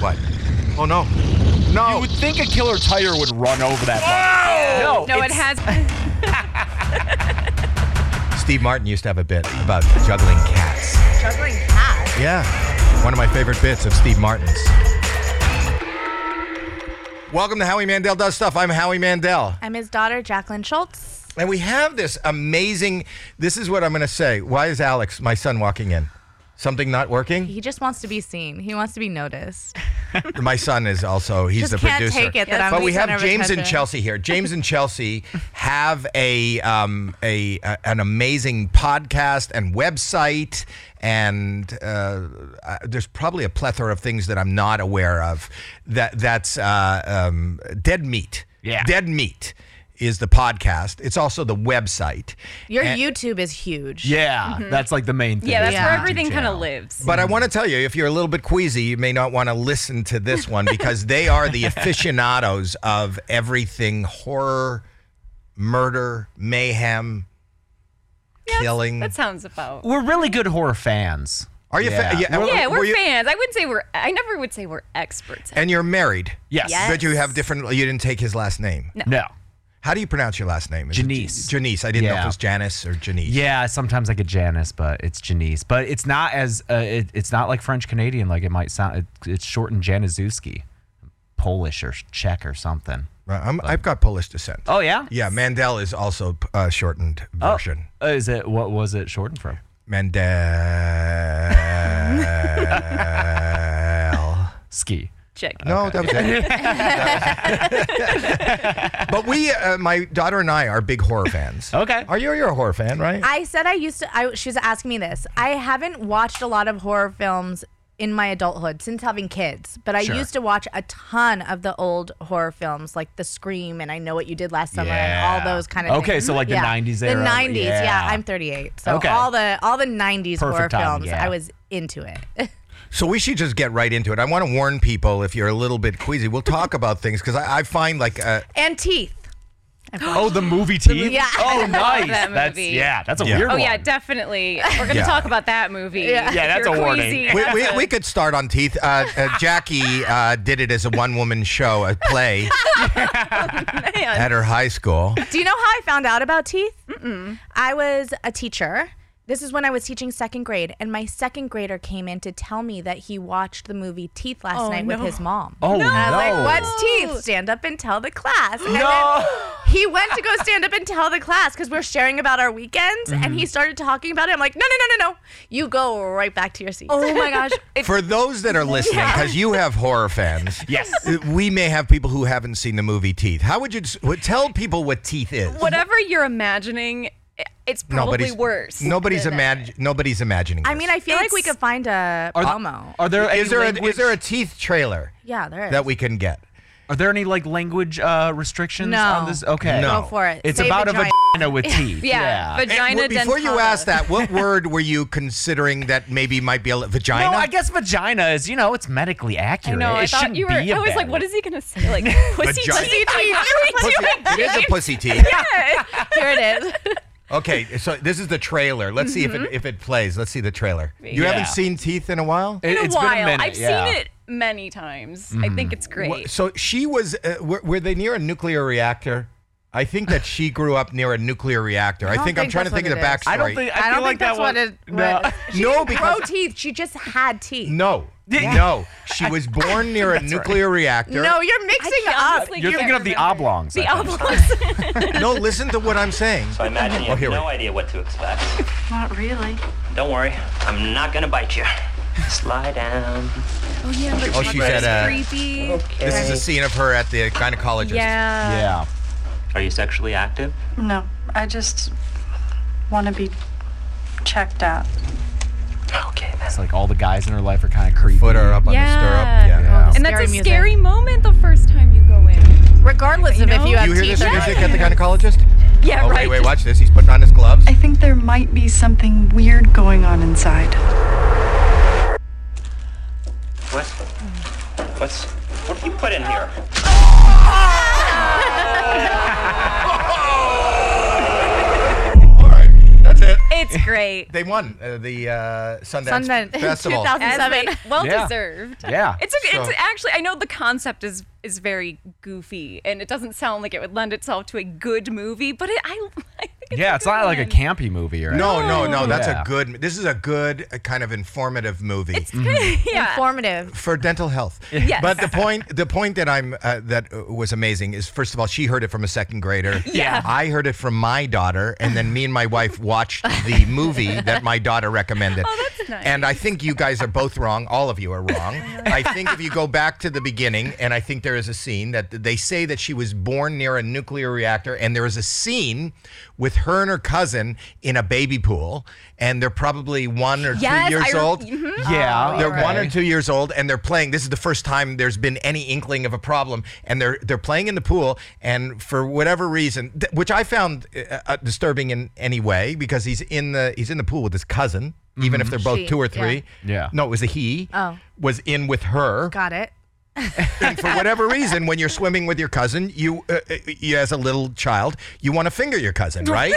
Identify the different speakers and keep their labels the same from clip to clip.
Speaker 1: What? Oh no. No.
Speaker 2: You would think a killer tire would run over that
Speaker 1: No.
Speaker 3: No, it has.
Speaker 1: it's- Steve Martin used to have a bit about juggling cats.
Speaker 3: Juggling cats.
Speaker 1: Yeah. One of my favorite bits of Steve Martin's. Welcome to Howie Mandel Does Stuff. I'm Howie Mandel.
Speaker 3: I'm his daughter, Jacqueline Schultz.
Speaker 1: And we have this amazing. This is what I'm going to say. Why is Alex, my son, walking in? Something not working?
Speaker 3: He just wants to be seen. He wants to be noticed.
Speaker 1: My son is also. He's
Speaker 3: Just
Speaker 1: the
Speaker 3: can't
Speaker 1: producer.
Speaker 3: take it that I'm
Speaker 1: but we
Speaker 3: the
Speaker 1: have
Speaker 3: center of
Speaker 1: James and
Speaker 3: attention.
Speaker 1: Chelsea here. James and Chelsea have a um a, a- an amazing podcast and website, and uh, uh, there's probably a plethora of things that I'm not aware of. That that's uh, um, dead meat.
Speaker 2: Yeah.
Speaker 1: dead meat is the podcast. It's also the website.
Speaker 3: Your
Speaker 1: And-
Speaker 3: YouTube is huge.
Speaker 2: Yeah, that's like the main thing.
Speaker 4: Mm-hmm. Yeah, that's where
Speaker 3: Yeah.
Speaker 4: everything kind of lives.
Speaker 1: But I want to tell you, if you're a little bit queasy, you may not want to listen to this one because they are the aficionados of everything horror, murder, mayhem, killing.
Speaker 4: That sounds about.
Speaker 2: We're really good horror fans.
Speaker 1: are you?
Speaker 2: Yeah.
Speaker 1: Fa- yeah,
Speaker 4: Yeah,
Speaker 1: were
Speaker 4: we're
Speaker 1: you-
Speaker 4: fans. I wouldn't say we're. I never would say we're experts. At
Speaker 1: And you're married.
Speaker 2: Yes.
Speaker 4: Yes.
Speaker 1: But you have different. You didn't take his last name.
Speaker 2: No.
Speaker 1: How do you pronounce your last name? Is it
Speaker 2: Janice.
Speaker 1: Jan- Janice. I didn't know if
Speaker 2: Yeah.
Speaker 1: it was Janice or Janice.
Speaker 2: Yeah, sometimes I get Janice, but it's Janice. But it's not as uh, it, it's not like French Canadian like it might sound. It, it's shortened Januszewski, Polish or Czech or something.
Speaker 1: Right, I'm, I've got Polish descent.
Speaker 2: Oh yeah.
Speaker 1: Yeah, Mandel is also uh, shortened
Speaker 2: Oh,
Speaker 1: version.
Speaker 2: uh, is it what was it shortened from?
Speaker 1: Mandel.
Speaker 2: Ski.
Speaker 4: chick.
Speaker 1: No, that was it. That was it. but we, uh, my daughter and I, are big horror fans.
Speaker 2: Okay.
Speaker 1: Are you? You're a horror fan, right?
Speaker 3: I said I used to. I, she was asking me this. I haven't watched a lot of horror films in my adulthood since having kids, but I
Speaker 2: Sure.
Speaker 3: used to watch a ton of the old horror films like The Scream and I Know What You Did Last Summer and
Speaker 2: Yeah.
Speaker 3: all those kind of.
Speaker 2: Okay,
Speaker 3: things.
Speaker 2: so like the
Speaker 3: Yeah.
Speaker 2: 90s
Speaker 3: The
Speaker 2: era.
Speaker 3: 90s, yeah.
Speaker 2: Yeah.
Speaker 3: I'm 38, so
Speaker 2: Okay.
Speaker 3: all the all the 90s
Speaker 2: Perfect
Speaker 3: horror
Speaker 2: timing,
Speaker 3: films,
Speaker 2: yeah.
Speaker 3: I was into it.
Speaker 1: So we should just get right into it. I want to warn people if you're a little bit queasy, we'll talk about things because I, I find like uh,
Speaker 3: and teeth.
Speaker 2: Oh, the movie team.
Speaker 3: Yeah.
Speaker 2: Oh, nice.
Speaker 4: that
Speaker 2: that's
Speaker 4: movie.
Speaker 2: yeah. That's a
Speaker 1: Yeah.
Speaker 2: weird
Speaker 4: Oh
Speaker 2: one.
Speaker 4: yeah, definitely. We're gonna
Speaker 1: Yeah.
Speaker 4: talk about that movie.
Speaker 3: Yeah.
Speaker 2: Yeah,
Speaker 4: If
Speaker 2: that's
Speaker 4: you're
Speaker 2: a warning.
Speaker 4: queasy.
Speaker 1: we, we, we could start on teeth. Uh, uh, Jackie uh, did it as a one woman show, a play
Speaker 4: Man.
Speaker 1: at her high school.
Speaker 3: Do you know how I found out about teeth? Mm-mm. I was a teacher. This is when I was teaching second grade, and my second grader came in to tell me that he watched the movie Teeth last
Speaker 4: Oh,
Speaker 3: night with
Speaker 4: no.
Speaker 3: his mom.
Speaker 2: Oh
Speaker 3: And
Speaker 2: no.
Speaker 3: I was like, what's teeth? Stand up and tell the class. And
Speaker 2: No.
Speaker 3: then he went to go stand up and tell the class because we're sharing about our weekends,
Speaker 2: Mm-hmm.
Speaker 3: and he started talking about it. I'm like, no, no, no, no, no. You go right back to your seat.
Speaker 4: Oh my gosh. It-
Speaker 1: For those that are listening, because you have horror fans,
Speaker 2: Yes.
Speaker 1: we may have people who haven't seen the movie Teeth. How would you s- would tell people what Teeth is?
Speaker 4: whatever you're imagining, i- it's probably worse.
Speaker 1: Nobody's
Speaker 4: than
Speaker 1: imagin. Nobody's imagining.
Speaker 3: I
Speaker 1: this.
Speaker 3: mean, I feel like we
Speaker 4: It's-
Speaker 3: could find a
Speaker 2: Are, the-
Speaker 3: promo.
Speaker 2: are there any
Speaker 1: is there a,
Speaker 2: language-
Speaker 1: is there a teeth trailer
Speaker 3: yeah, there is.
Speaker 1: that we can get?
Speaker 2: Are there any like language uh, restrictions
Speaker 3: No.
Speaker 2: on this? Okay.
Speaker 1: No.
Speaker 3: Go for it.
Speaker 2: It's
Speaker 3: Say
Speaker 2: about
Speaker 3: vagina.
Speaker 2: a vagina with teeth.
Speaker 4: Yeah.
Speaker 1: Eh,
Speaker 4: Vagina
Speaker 1: well, before you
Speaker 4: dentata.
Speaker 1: ask that, what word were you considering that maybe might be a li- vagina?
Speaker 2: No, I guess vagina is, you know, it's medically
Speaker 4: I
Speaker 2: accurate.
Speaker 4: know.
Speaker 2: It
Speaker 4: I thought
Speaker 2: shouldn't
Speaker 4: you were.
Speaker 2: be a
Speaker 4: I was
Speaker 2: bad
Speaker 4: like, what
Speaker 2: word.
Speaker 4: is he gonna say? Like pussy
Speaker 1: Vagina.
Speaker 4: teeth. What are we doing?
Speaker 1: Pussy- it is a pussy teeth.
Speaker 3: Here it is.
Speaker 1: Okay, so this is the trailer. Let's see if it if it plays. Let's see the trailer. You
Speaker 2: Yeah.
Speaker 1: haven't seen teeth in a while.
Speaker 2: It,
Speaker 4: In a
Speaker 2: has
Speaker 4: while,
Speaker 2: been a minute.
Speaker 4: I've
Speaker 2: yeah.
Speaker 4: seen it many times. I think it's great.
Speaker 1: Wha- So she was. Uh, were, were they near a nuclear reactor? I think that she grew up near a nuclear reactor. I,
Speaker 3: don't
Speaker 1: think, I'm
Speaker 3: think
Speaker 1: trying to
Speaker 3: that's
Speaker 1: think of the
Speaker 3: what it
Speaker 1: backstory.
Speaker 3: is.
Speaker 2: I don't think. I,
Speaker 3: I,
Speaker 2: feel
Speaker 3: don't
Speaker 2: like
Speaker 3: think that's
Speaker 2: that
Speaker 3: what
Speaker 2: was,
Speaker 3: it.
Speaker 2: No.
Speaker 3: What, she
Speaker 1: No,
Speaker 3: didn't grow
Speaker 1: because-
Speaker 3: teeth. She just had teeth.
Speaker 1: No, no. She was born near a nuclear reactor.
Speaker 3: No, you're mixing
Speaker 4: I
Speaker 3: up.
Speaker 4: honestly
Speaker 2: You're
Speaker 4: can't
Speaker 2: thinking of the
Speaker 4: remember.
Speaker 2: oblongs.
Speaker 4: The Oh,
Speaker 2: I think.
Speaker 4: oblongs.
Speaker 1: no. Listen to what I'm saying.
Speaker 5: So I imagine you
Speaker 1: Oh,
Speaker 5: have
Speaker 1: here we-
Speaker 5: no idea what to expect.
Speaker 6: Not really.
Speaker 5: Don't worry, I'm not gonna bite you. Slide down.
Speaker 4: oh yeah, but
Speaker 1: Oh, she's at a.
Speaker 4: creepy.
Speaker 1: This is a scene of her at the gynecologist.
Speaker 4: Yeah.
Speaker 2: Yeah.
Speaker 5: Are you sexually active?
Speaker 6: No, I just want to be checked out.
Speaker 5: Okay, that's
Speaker 2: It's like all the guys in her life are kind of creepy.
Speaker 1: Foot her up on
Speaker 4: Yeah.
Speaker 1: the stirrup. Yeah.
Speaker 4: And that's
Speaker 3: Scary
Speaker 4: a
Speaker 3: music.
Speaker 4: scary moment the first time you go in.
Speaker 3: Regardless of
Speaker 4: You
Speaker 3: if you
Speaker 4: know?
Speaker 3: have
Speaker 1: You hear
Speaker 3: teeth
Speaker 1: this
Speaker 3: or
Speaker 1: music
Speaker 3: not.
Speaker 1: at the gynecologist?
Speaker 4: Yeah,
Speaker 1: Oh, wait,
Speaker 4: right.
Speaker 1: wait, watch this. He's putting on his gloves.
Speaker 6: I think there might be something weird going on inside.
Speaker 5: what? What's what have you put in here?
Speaker 1: That's it.
Speaker 4: It It's great.
Speaker 1: They won uh, the uh, Sundance,
Speaker 3: Sundance
Speaker 1: Festival.
Speaker 3: 2000.
Speaker 4: As they-
Speaker 3: Seven.
Speaker 4: well
Speaker 2: Yeah.
Speaker 4: deserved.
Speaker 2: Yeah.
Speaker 4: It's a,
Speaker 1: So-
Speaker 4: it's actually I know the concept is is very goofy and it doesn't sound like it would lend itself to a good movie, but it, I, I think it's
Speaker 2: yeah,
Speaker 4: a
Speaker 2: it's
Speaker 4: good
Speaker 2: not like a
Speaker 4: one.
Speaker 2: campy movie or
Speaker 1: No, no, no. That's
Speaker 2: Yeah.
Speaker 1: a good. This is a good uh, kind of informative movie.
Speaker 4: It's good. Yeah.
Speaker 3: Informative.
Speaker 1: for dental health.
Speaker 4: Yes.
Speaker 1: But the point the point that I'm uh, that uh, was amazing is first of all she heard it from a second grader.
Speaker 4: Yeah.
Speaker 1: I heard it from my daughter and then me and my wife watched the movie that my daughter recommended. Oh,
Speaker 4: that's nice.
Speaker 1: And I think you guys are both wrong. All of you are wrong. I think if you go back to the beginning and I think there is a scene that they say that she was born near a nuclear reactor and there is a scene with her and her cousin in a baby pool and they're probably 1 or
Speaker 4: Yes,
Speaker 1: 2 years
Speaker 4: I re-
Speaker 1: old.
Speaker 4: mhm.
Speaker 2: Yeah.
Speaker 1: They're
Speaker 2: okay.
Speaker 1: one or two years old, and they're playing. This is the first time there's been any inkling of a problem, and they're they're playing in the pool, and for whatever reason, th- which I found uh, uh, disturbing in any way, because he's in the he's in the pool with his cousin, even if they're both
Speaker 3: She,
Speaker 1: two or
Speaker 3: yeah.
Speaker 1: three.
Speaker 2: Mm-hmm. Yeah.
Speaker 1: no, it was a he.
Speaker 3: Oh.
Speaker 1: was in with her.
Speaker 3: Got it.
Speaker 1: And for whatever reason, when you're swimming with your cousin, you, uh, uh, you as a little child, you want to finger your cousin, right?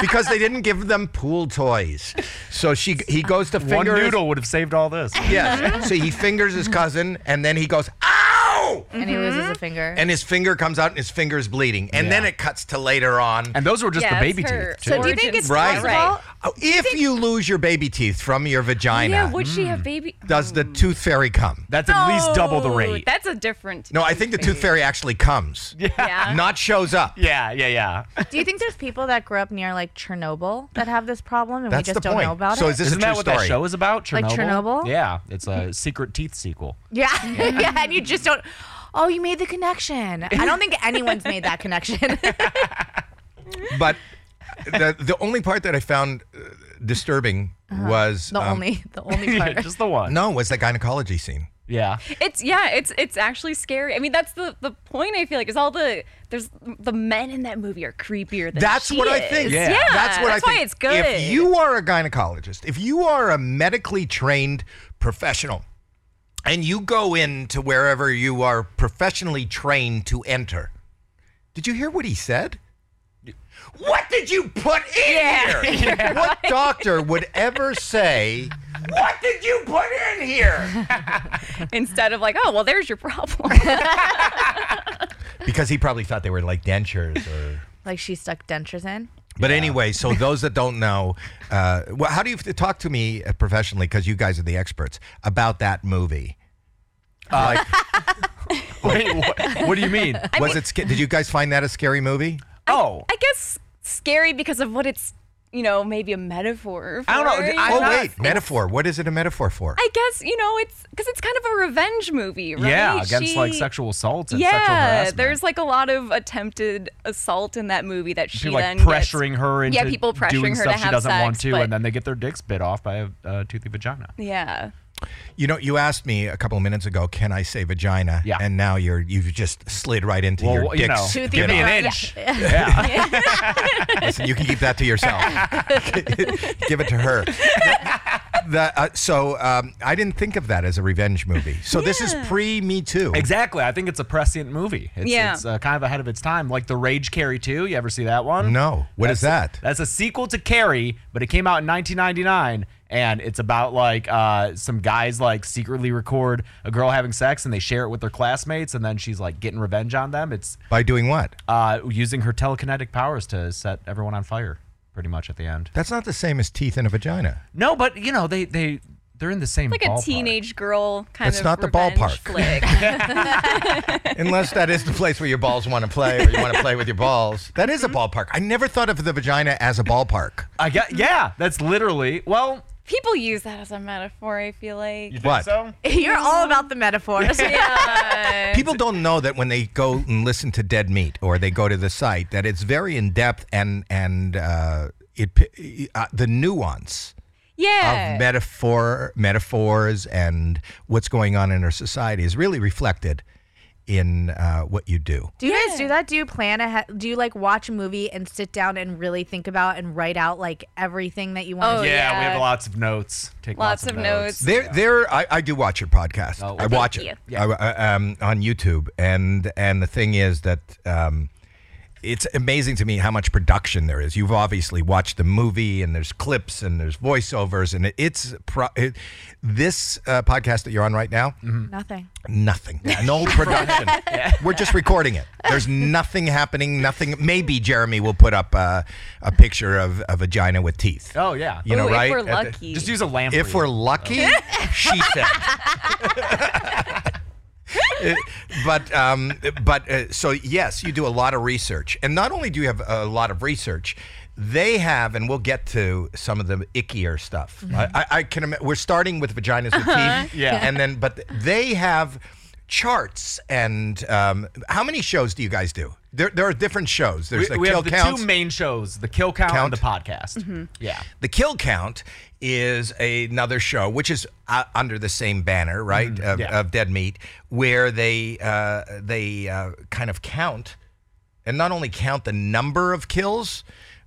Speaker 1: because they didn't give them pool toys, so she he goes to
Speaker 2: One
Speaker 1: finger his-
Speaker 2: noodle would have saved all this. Uh-huh.
Speaker 1: Yes. so he fingers his cousin, and then he goes, "Ow!"
Speaker 3: And he
Speaker 4: Mm-hmm.
Speaker 3: loses a finger.
Speaker 1: And his finger comes out, and his finger's bleeding. And
Speaker 2: Yeah.
Speaker 1: then it cuts to later on.
Speaker 2: And those were just
Speaker 4: Yeah,
Speaker 2: the baby
Speaker 4: it's her
Speaker 2: teeth. Too.
Speaker 4: So
Speaker 3: do you think it's
Speaker 1: Right.
Speaker 3: possible?
Speaker 4: Right.
Speaker 1: Oh, if you lose your baby teeth from your vagina,
Speaker 4: Yeah, would she
Speaker 1: Mm.
Speaker 4: have baby?
Speaker 1: does the tooth fairy come?
Speaker 2: That's at least double the
Speaker 4: No,
Speaker 2: rate.
Speaker 4: That's a different.
Speaker 1: No, I think the tooth fairy actually comes,
Speaker 4: Yeah.
Speaker 1: not shows up.
Speaker 2: yeah, yeah, yeah.
Speaker 3: Do you think there's people that grew up near like Chernobyl that have this problem and
Speaker 1: That's
Speaker 3: we just
Speaker 1: the
Speaker 3: don't
Speaker 1: point.
Speaker 3: know about
Speaker 1: so
Speaker 3: it?
Speaker 1: is this
Speaker 2: Isn't
Speaker 1: a true
Speaker 2: that what
Speaker 1: story?
Speaker 2: that show is about? Chernobyl?
Speaker 3: Like Chernobyl?
Speaker 2: Yeah, it's a secret teeth sequel.
Speaker 3: yeah. yeah. And you just don't. Oh, you made the connection. I don't think anyone's made that connection.
Speaker 1: But the the only part that I found uh, disturbing was
Speaker 3: Uh-huh. the
Speaker 1: um,
Speaker 3: only, the only
Speaker 2: Yeah,
Speaker 3: part.
Speaker 2: just the one.
Speaker 1: no was the gynecology scene.
Speaker 2: Yeah.
Speaker 4: It's yeah, it's it's actually scary. I mean, that's the the point. I feel like is all the there's the men in that movie are creepier than
Speaker 1: That's
Speaker 4: she
Speaker 1: what I
Speaker 4: is.
Speaker 1: think.
Speaker 2: Yeah. Yeah,
Speaker 1: that's what I
Speaker 4: why
Speaker 1: think.
Speaker 4: it's good.
Speaker 1: If you are a gynecologist, if you are a medically trained professional, and you go into wherever you are professionally trained to enter, did you hear what he said? What did you put in here? What doctor would ever say? What did you put in here?
Speaker 4: instead of like, oh well, there's your problem.
Speaker 1: Because he probably thought they were like dentures or.
Speaker 3: like she stuck dentures in.
Speaker 1: But anyway, so those that don't know, uh, well, how do you talk to me uh, professionally? Because you guys are the experts about that movie.
Speaker 2: Uh,
Speaker 1: like,
Speaker 2: Wait, what, what do you mean?
Speaker 1: was it? sca- Did you guys find that a scary movie?
Speaker 2: oh.
Speaker 4: I guess scary because of what it's you know maybe a metaphor. For.
Speaker 2: I don't know. I'm
Speaker 1: oh
Speaker 2: not-
Speaker 1: wait, metaphor. What is it a metaphor for?
Speaker 4: I guess you know it's because it's kind of a revenge movie, right?
Speaker 2: yeah, against like
Speaker 4: She-
Speaker 2: sexual assault and sexual
Speaker 4: Yeah,
Speaker 2: harassment.
Speaker 4: there's like a lot of attempted assault in that movie that she
Speaker 2: people like
Speaker 4: then
Speaker 2: pressuring
Speaker 4: gets,
Speaker 2: her into
Speaker 4: yeah people pressuring
Speaker 2: doing
Speaker 4: her
Speaker 2: stuff
Speaker 4: to have
Speaker 2: she doesn't
Speaker 4: sex,
Speaker 2: want to,
Speaker 4: but-
Speaker 2: and then they get their dicks bit off by a uh, toothy vagina.
Speaker 4: yeah
Speaker 1: you know, you asked me a couple of minutes ago, can I say vagina?
Speaker 2: Yeah.
Speaker 1: And now you're you've just slid right into your
Speaker 2: Well, you know,
Speaker 1: dick's
Speaker 3: Toothy
Speaker 2: give me
Speaker 3: vagina.
Speaker 2: an inch. Yeah.
Speaker 1: Listen, you can keep that to yourself. Give it to her. The- uh, so um, I didn't think of that as a revenge movie. So this is pre Me Too.
Speaker 2: exactly. I think it's a prescient movie. It's,
Speaker 4: Yeah.
Speaker 2: it's uh, kind of ahead of its time. Like The Rage Carrie 2. You ever see that one?
Speaker 1: No. What is that?
Speaker 2: That's a sequel to Carrie, but it came out in 1999, and it's about like uh, some guys like secretly record a girl having sex, and they share it with their classmates, and then she's like getting revenge on them. It's
Speaker 1: By doing what?
Speaker 2: uh, using her telekinetic powers to set everyone on fire, pretty much at the end.
Speaker 1: That's not the same as teeth in a vagina.
Speaker 2: No, but you know they they they're in the same
Speaker 4: like
Speaker 2: ballpark.
Speaker 4: a teenage girl kind
Speaker 1: That's
Speaker 4: of
Speaker 1: not the
Speaker 4: revenge
Speaker 1: ballpark.
Speaker 4: flick.
Speaker 1: Unless that is the place where your balls want to play or you want to play with your balls. That is a ballpark. I never thought of the vagina as a ballpark.
Speaker 2: I gue- yeah, that's literally well.
Speaker 4: people use that as a metaphor. I feel like
Speaker 1: think What? so?
Speaker 3: You're all about the metaphors.
Speaker 4: yeah.
Speaker 1: People don't know that when they go and listen to Dead Meat or they go to the site that it's very in depth and and uh, it p- uh, the nuance
Speaker 4: yeah.
Speaker 1: of metaphor metaphors and what's going on in our society is really reflected in uh, what you do.
Speaker 3: Do you guys do that? Do you plan ahead? Do you like watch a movie and sit down and really think about and write out like everything that you want?
Speaker 4: Oh,
Speaker 2: Yeah, we
Speaker 4: yeah.
Speaker 2: have lots of notes. Take
Speaker 4: Lots
Speaker 2: lots,
Speaker 4: of notes.
Speaker 1: There, there. I, I do watch your podcast.
Speaker 2: Oh,
Speaker 1: I
Speaker 2: thank
Speaker 1: watch
Speaker 4: you.
Speaker 1: it I, I, um, on YouTube, and and the thing is that um, It's amazing to me how much production there is. You've obviously watched the movie, and there's clips, and there's voiceovers, and it's pro- it, this uh, podcast that you're on right now.
Speaker 4: Mm-hmm.
Speaker 3: Nothing.
Speaker 1: Nothing. No production. We're just recording it. There's nothing happening. Nothing. Maybe Jeremy will put up uh, a picture of a vagina with teeth.
Speaker 2: Oh yeah.
Speaker 1: You know,
Speaker 4: Ooh, if
Speaker 1: right?
Speaker 4: we're
Speaker 1: At the-
Speaker 4: lucky.
Speaker 2: Just use a lamp.
Speaker 1: If we're lucky, she said. It- but um, but uh, so yes, you do a lot of research, and not only do you have a lot of research, they have, and we'll get to some of the ickier stuff. I, I, I can imagine we're starting with vaginas with teeth,
Speaker 2: Mm-hmm. Uh-huh. Yeah.
Speaker 1: and then but they have charts and um, how many shows do you guys do? There, there are different shows. There's
Speaker 2: we,
Speaker 1: the
Speaker 2: we
Speaker 1: kill
Speaker 2: have the
Speaker 1: counts.
Speaker 2: two main shows: the kill count, and
Speaker 1: Count.
Speaker 2: the podcast.
Speaker 4: Mm-hmm.
Speaker 2: Yeah.
Speaker 1: The Kill Count is another show, which is uh, under the same banner, right, of,
Speaker 2: Mm-hmm. yeah.
Speaker 1: of Dead Meat, where they uh, they uh, kind of count, and not only count the number of kills,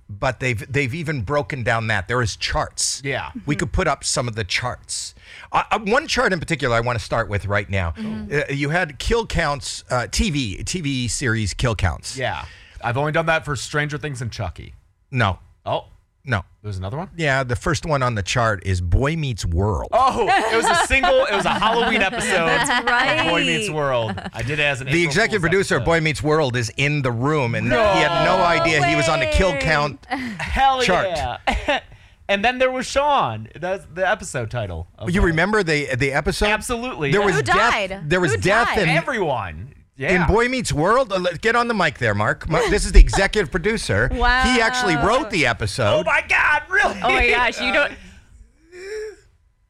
Speaker 1: but they've they've even broken down that there is charts.
Speaker 2: Yeah. Mm-hmm.
Speaker 1: we could put up some of the charts. Uh, uh, one chart in particular I want to start with right now.
Speaker 2: Mm-hmm.
Speaker 1: Uh, you had Kill Counts uh, TV TV series Kill Counts.
Speaker 2: Yeah. I've only done that for Stranger Things and Chucky.
Speaker 1: No,
Speaker 2: Oh,
Speaker 1: no.
Speaker 2: there's another one.
Speaker 1: Yeah, the first one on the chart is Boy Meets World.
Speaker 2: Oh, it was a single. It was a Halloween episode. That's
Speaker 4: right.
Speaker 2: Boy Meets World. I did it as an.
Speaker 1: The
Speaker 2: April
Speaker 1: executive
Speaker 2: Fool's
Speaker 1: producer of
Speaker 2: episode.
Speaker 1: Boy Meets World is in the room, and he had no idea he was on the kill
Speaker 3: way.
Speaker 1: count.
Speaker 2: Hell
Speaker 1: chart.
Speaker 2: yeah. and then there was Sean. That's the episode title. of
Speaker 1: You
Speaker 2: that.
Speaker 1: remember the the episode?
Speaker 2: Absolutely.
Speaker 1: There
Speaker 2: yeah.
Speaker 1: was
Speaker 3: Who
Speaker 1: death.
Speaker 3: died?
Speaker 1: There was
Speaker 3: Who
Speaker 1: death
Speaker 3: died?
Speaker 1: in
Speaker 2: everyone. Yeah.
Speaker 1: in Boy Meets World. Uh, let- Get on the mic there, Mark. Mark, This is the executive producer.
Speaker 4: Wow.
Speaker 1: He actually wrote the episode.
Speaker 2: Oh my God! Really?
Speaker 4: Oh my gosh, you don't.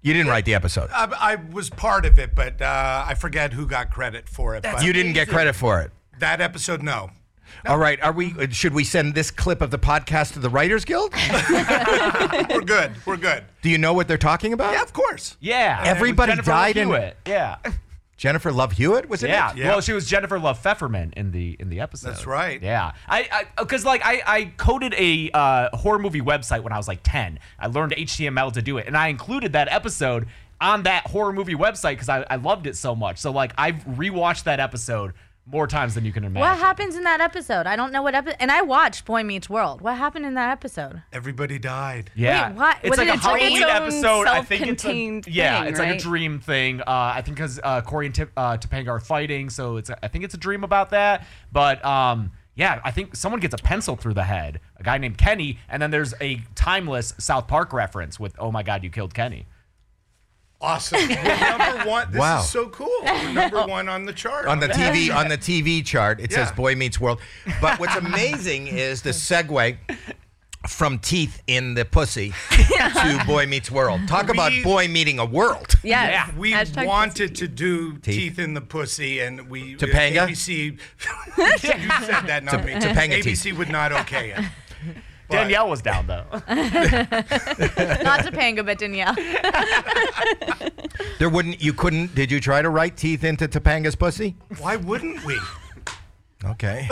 Speaker 1: you didn't write the episode.
Speaker 7: I, I was part of it, but uh, I forget who got credit for it. but
Speaker 1: you didn't get credit for it.
Speaker 7: that episode, no.
Speaker 1: All right, are we? uh, Should we send this clip of the podcast to the Writers Guild?
Speaker 7: We're good. We're good.
Speaker 1: Do you know what they're talking about?
Speaker 7: Yeah, of course.
Speaker 2: Yeah.
Speaker 1: Everybody
Speaker 2: With Jennifer
Speaker 1: died in-
Speaker 2: Hewitt. Yeah.
Speaker 1: Jennifer Love Hewitt was in
Speaker 2: Yeah.
Speaker 1: it.
Speaker 7: Yeah.
Speaker 2: Well, she was Jennifer Love Pfefferman in the in the episode.
Speaker 7: That's right.
Speaker 2: Yeah. I because like I I coded a uh, horror movie website when I was like ten. I learned HTML to do it, and I included that episode on that horror movie website because I, I loved it so much. So like I've rewatched that episode more times than you can imagine.
Speaker 3: What happens in that episode? I don't know what episode. And I watched Boy Meets World. What happened in that episode?
Speaker 7: Everybody died.
Speaker 2: Yeah.
Speaker 3: Wait, what?
Speaker 2: It's
Speaker 3: Was
Speaker 2: like
Speaker 3: it
Speaker 2: a
Speaker 3: a dream?
Speaker 2: Halloween
Speaker 4: It's
Speaker 2: episode.
Speaker 4: own
Speaker 2: I think it's a,
Speaker 4: self-contained
Speaker 2: yeah,
Speaker 4: thing,
Speaker 2: it's like
Speaker 4: right?
Speaker 2: a dream thing. Uh, I think because uh, Corey and Tip, uh, Topanga are fighting, so it's I think it's a dream about that. But um, yeah, I think someone gets a pencil through the head. A guy named Kenny, and then there's a timeless South Park reference with "Oh my God, you killed Kenny."
Speaker 7: Awesome. We're number one. This
Speaker 1: Wow.
Speaker 7: is so cool. We're number one on the chart.
Speaker 1: on the TV on the TV chart. It says
Speaker 7: Yeah.
Speaker 1: Boy Meets World. But what's amazing is the segue from teeth in the pussy to Boy Meets World. Talk about
Speaker 7: We-
Speaker 1: boy meeting a world.
Speaker 4: Yes.
Speaker 2: Yeah.
Speaker 7: we
Speaker 4: Hashtag
Speaker 7: wanted
Speaker 4: pussy.
Speaker 7: to do teeth. in the pussy, and we uh,
Speaker 1: Topanga?
Speaker 7: ABC. you said that, not me.
Speaker 1: Topanga teeth.
Speaker 7: ABC would not okay it. But-
Speaker 2: Danielle was down though.
Speaker 3: Not Topanga, but Danielle.
Speaker 1: There wouldn't you couldn't did you try to write teeth into Topanga's pussy?
Speaker 7: Why wouldn't we?
Speaker 1: Okay.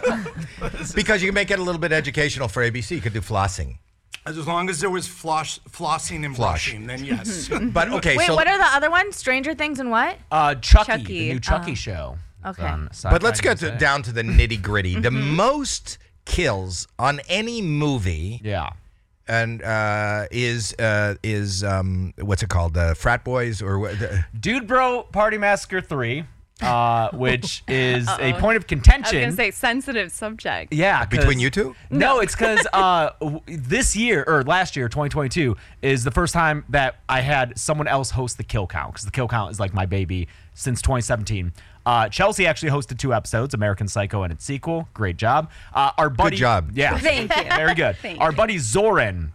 Speaker 1: because you can make it a little bit educational for ABC. You could do flossing.
Speaker 7: As long as there was floss, flossing and
Speaker 1: Flosh.
Speaker 7: brushing, then yes.
Speaker 1: But okay,
Speaker 3: Wait,
Speaker 1: so
Speaker 3: what are the other ones? Stranger Things and what?
Speaker 2: Uh, Chucky,
Speaker 4: Chucky, uh,
Speaker 2: the new Chucky show. It's
Speaker 3: okay.
Speaker 2: on
Speaker 1: But
Speaker 2: Sci-Fi
Speaker 1: let's get to,
Speaker 2: USA.
Speaker 1: down to the nitty gritty. The
Speaker 3: Mm-hmm.
Speaker 1: most kills on any movie
Speaker 2: Yeah.
Speaker 1: and uh, is uh, is um, what's it called? The frat boys or what? The,
Speaker 2: Dude Bro Party Massacre 3, uh, which is a point of contention.
Speaker 4: I was gonna say sensitive subject.
Speaker 2: Yeah,
Speaker 1: between
Speaker 2: 'cause-
Speaker 1: you two?
Speaker 2: No, it's because uh, w- this year or last year, 2022, is the first time that I had someone else host the kill count because the kill count is like my baby since 2017. Uh, Chelsea actually hosted two episodes, American Psycho and its sequel. Great job. Uh, our buddy,
Speaker 1: job.
Speaker 2: Yeah,
Speaker 4: Thank you.
Speaker 2: very good.
Speaker 4: Thank
Speaker 2: our
Speaker 4: you.
Speaker 2: buddy Zoran,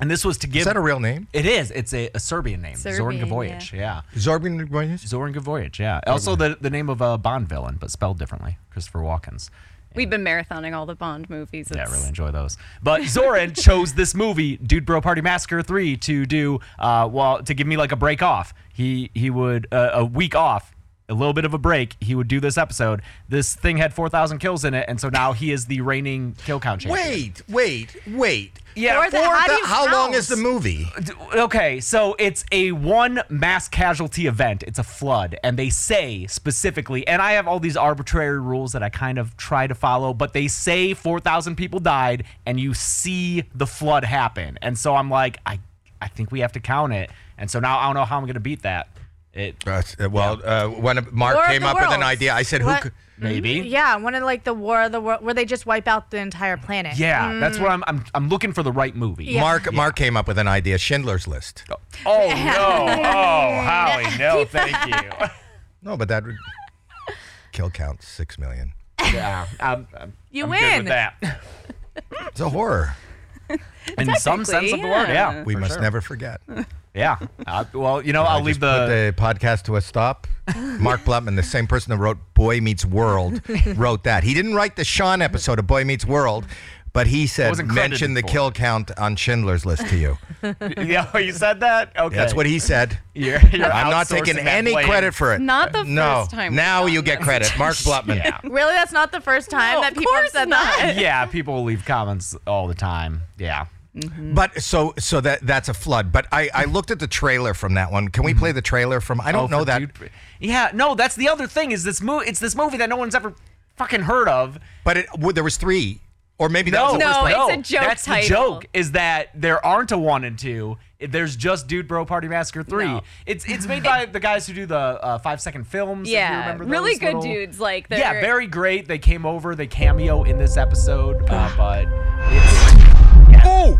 Speaker 2: and this was to give.
Speaker 1: Is that a real name?
Speaker 2: It is. It's a, a Serbian name, Zoran
Speaker 4: Serbian,
Speaker 2: Gavoyage. Yeah.
Speaker 1: Zorbin Boyes?
Speaker 2: Zoran Gavoyage. Yeah. Also the the name of a Bond villain, but spelled differently. Christopher Walken's.
Speaker 4: We've been marathoning all the Bond movies.
Speaker 2: Yeah, I
Speaker 4: It's-
Speaker 2: really enjoy those. But Zoran chose this movie, Dude Bro Party Massacre Three, to do uh, well to give me like a break off. He he would uh, a week off a little bit of a break, he would do this episode. This thing had 4,000 kills in it, and so now he is the reigning kill count champion.
Speaker 1: Wait, wait, wait.
Speaker 2: Yeah,
Speaker 1: For
Speaker 2: Or
Speaker 1: the,
Speaker 2: the-
Speaker 3: how do you
Speaker 1: how long
Speaker 3: count?
Speaker 1: is the movie?
Speaker 2: Okay, so it's a one mass casualty event. It's a flood, and they say specifically, and I have all these arbitrary rules that I kind of try to follow, but they say 4,000 people died, and you see the flood happen. And so I'm like, I, I think we have to count it. And so now I don't know how I'm going to beat that. It
Speaker 1: Uh, well, uh, when Mark
Speaker 3: War of
Speaker 1: came
Speaker 3: the
Speaker 1: up with an
Speaker 3: Worlds.
Speaker 1: idea, I said,
Speaker 3: What?
Speaker 1: "Who?" Could,
Speaker 2: maybe.
Speaker 3: Mm, Yeah, one of like the War of the World, where they just wipe out the entire planet.
Speaker 2: Yeah, that's
Speaker 3: Mm.
Speaker 2: what I'm, I'm. I'm looking for the right movie.
Speaker 1: Mark Mark came up with an idea, Schindler's List.
Speaker 2: Oh no! Oh Howie, no, thank you.
Speaker 1: No, but that would kill count six million.
Speaker 2: Yeah, I'm, I'm,
Speaker 3: You
Speaker 2: I'm Good
Speaker 3: win.
Speaker 2: with that.
Speaker 1: It's a horror.
Speaker 2: In some sense of the word, yeah.
Speaker 1: We
Speaker 2: for
Speaker 1: must
Speaker 2: sure.
Speaker 1: never forget.
Speaker 2: Yeah. Uh, well, you know, I'll
Speaker 1: I
Speaker 2: leave
Speaker 1: just put
Speaker 2: the.
Speaker 1: the podcast to a stop. Mark Blutman, the same person that wrote Boy Meets World, wrote that. He didn't write the Sean episode of Boy Meets World, but he said
Speaker 2: Wasn't credited
Speaker 1: mention the
Speaker 2: for
Speaker 1: kill count on Schindler's List to you.
Speaker 2: yeah, oh, you said that. Okay.
Speaker 1: That's what he said.
Speaker 2: You're, you're
Speaker 1: I'm not taking
Speaker 2: outsourcing that
Speaker 1: any
Speaker 2: blame.
Speaker 1: credit for it.
Speaker 4: Not the
Speaker 1: no.
Speaker 4: first time we've
Speaker 1: Now
Speaker 4: done
Speaker 1: you get
Speaker 4: this.
Speaker 1: credit, Mark Blutman.
Speaker 2: Yeah.
Speaker 3: Really, that's not the first time
Speaker 4: No,
Speaker 3: that
Speaker 4: of
Speaker 3: people have
Speaker 4: course
Speaker 3: said
Speaker 4: not.
Speaker 3: that.
Speaker 2: yeah, people leave comments all the time. Yeah.
Speaker 1: But so so that that's a flood. But I I looked at the trailer from that one. Can we play the trailer from? I don't
Speaker 2: Mm-hmm. Oh,
Speaker 1: know
Speaker 2: for
Speaker 1: that.
Speaker 2: dude- yeah, no, that's the other thing is this movie. It's this movie that no one's ever fucking heard of.
Speaker 1: But it well, there was three, or maybe that was
Speaker 2: No,
Speaker 1: the first
Speaker 4: No,
Speaker 1: one.
Speaker 4: it's a joke
Speaker 2: That's the
Speaker 4: title.
Speaker 2: joke is that there aren't a one and two. There's just Dude Bro Party Massacre three.
Speaker 4: No.
Speaker 2: It's it's made by the guys who do the uh, five second films. if you
Speaker 4: Yeah,
Speaker 2: remember
Speaker 4: really
Speaker 2: those
Speaker 4: good
Speaker 2: little-
Speaker 4: dudes. Like they're
Speaker 2: Yeah, very great. They came over. They cameo in this episode, uh,
Speaker 4: Ah.
Speaker 2: but it's
Speaker 1: Oh,